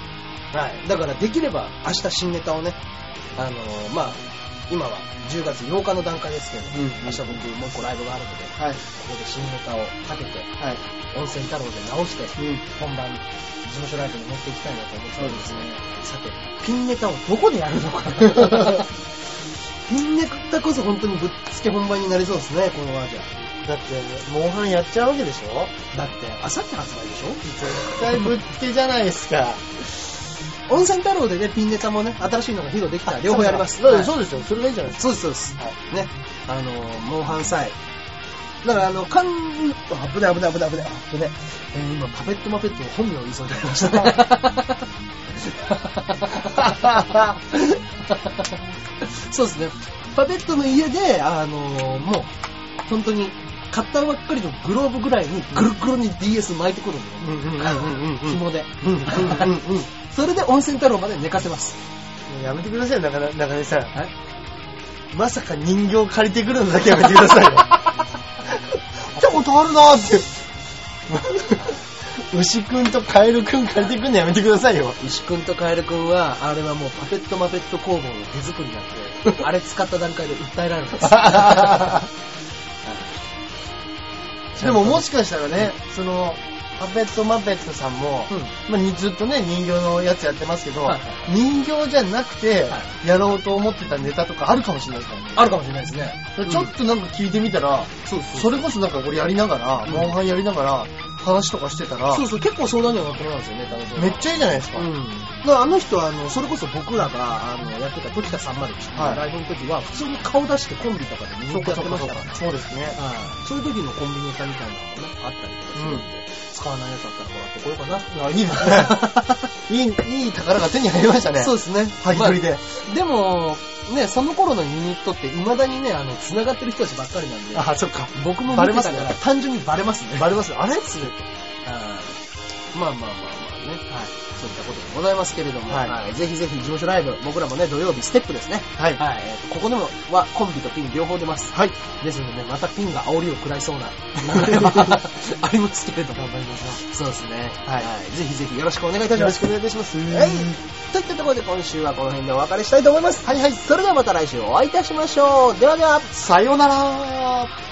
Speaker 3: はい
Speaker 1: だからできれば明日新ネタをね、あのーまあ、今は10月8日の段階ですけど、
Speaker 3: うんうん
Speaker 1: 明日僕もう一個ライブがあるので、こ
Speaker 3: はい
Speaker 1: こで新ネタをかけて、
Speaker 3: はい
Speaker 1: 温泉太郎で直して、
Speaker 3: うん
Speaker 1: 本番、事務所ライブに持っていきたいなと思っておりますね。さて、ピンネタをどこでやるの かピンネタこそ本当にぶっつけ本番になりそうですね、このままじゃ。
Speaker 3: だってモンハンやっちゃうわけでしょ
Speaker 1: だって、明後日発売でし
Speaker 3: 絶対ぶっつけじゃないですか
Speaker 1: ょ 温泉太郎でね、ピンネタもね、新しいのが披露できたら両方やります。
Speaker 3: そう
Speaker 1: は
Speaker 3: で
Speaker 1: い
Speaker 3: そうですよ。それがいいじゃないです
Speaker 1: そうです、そうです。
Speaker 3: は
Speaker 1: ね。あの、モンハン祭。だから、あの、かん、あ、危ない危ない危ない危ない。あ危ない。えー今、パペットマペットの本名を言いそうになりましたね。そうですね。パペットの家で、あの、もう、本当に、買ったばっかりのグローブぐらいに、ぐるぐるに DS 巻いてくるん
Speaker 3: うんうんうん
Speaker 1: だよ
Speaker 3: うんうん。
Speaker 1: 紐で。
Speaker 3: うんうんうんうん。
Speaker 1: それで温泉太郎まで寝かせます。
Speaker 3: やめてくださいよ、中根中根さん。
Speaker 1: はい
Speaker 3: まさか人形借りてくるのだけやめてください よ。見たことあるなって。牛くんとカエルくん借りてくるのやめてくださいよ。
Speaker 1: 牛くんとカエルくんは、あれはもうパペットマペット工房の手作りなん で、あれ使った段階で訴えられるんです はい
Speaker 3: でももしかしたらね、その、パペットマペットさんも、
Speaker 1: うん
Speaker 3: まあ、にずっとね、人形のやつやってますけど、
Speaker 1: はいはい
Speaker 3: 人形じゃなくて
Speaker 1: は、
Speaker 3: やろうと思ってたネタとかあるかもしれないですからね。
Speaker 1: あるかもしれないですね。
Speaker 3: ちょっとなんか聞いてみたら、
Speaker 1: そうそう
Speaker 3: それこそなんか俺やりながら、
Speaker 1: うん
Speaker 3: モンハンやりながら、話とかしてたら
Speaker 1: そ、うそう、結構相談にはなってもらうんですよね、彼女は
Speaker 3: めっちゃいいじゃないですか。
Speaker 1: うん。だからあの人は、あの、それこそ僕らが、あの、やってた時田301って
Speaker 3: はい
Speaker 1: いうライブの時は、普通に顔出してコンビとかで人気やってましたからね。
Speaker 3: そうですね。
Speaker 1: はいそういう時のコンビニネタみたいなのもね、あったりとかするんで、使わないやつだったらもらってこようかな。
Speaker 3: あいい ですね。いい、いい宝が手に入りましたね。
Speaker 1: そう
Speaker 3: う
Speaker 1: ですね。
Speaker 3: はぎ取りで。
Speaker 1: でも、ね、その頃のユニットって未だにね、あの、繋がってる人たちばっかりなんで、
Speaker 3: あ、そっか。
Speaker 1: 僕も
Speaker 3: バレ
Speaker 1: 見て
Speaker 3: ま
Speaker 1: た
Speaker 3: す
Speaker 1: か
Speaker 3: ね
Speaker 1: ら単純にバレますね。
Speaker 3: バレますあれ
Speaker 1: すべて。はいまあまあまあまあね、はい。そういったことでございますけれども、
Speaker 3: は
Speaker 1: はいいぜひぜひ事務所ライブ、僕らもね、土曜日ステップですね。
Speaker 3: はい
Speaker 1: はい。えーここでもはコンビとピン両方出ます。
Speaker 3: はい。、
Speaker 1: ですのでね、またピンが煽りを食らいそうなありますけれども。
Speaker 3: 頑張りましょ
Speaker 1: そうですね。
Speaker 3: はい
Speaker 1: ぜひぜひよろしくお願いいた
Speaker 3: う。よ
Speaker 1: しま
Speaker 3: ろし
Speaker 1: す
Speaker 3: く。お願いいたします。
Speaker 1: はい。といったところで今週はこの辺でお別れしたいと思います。はいはい。それではまた来週お会いいたしましょう。ではでは。
Speaker 3: さようなら。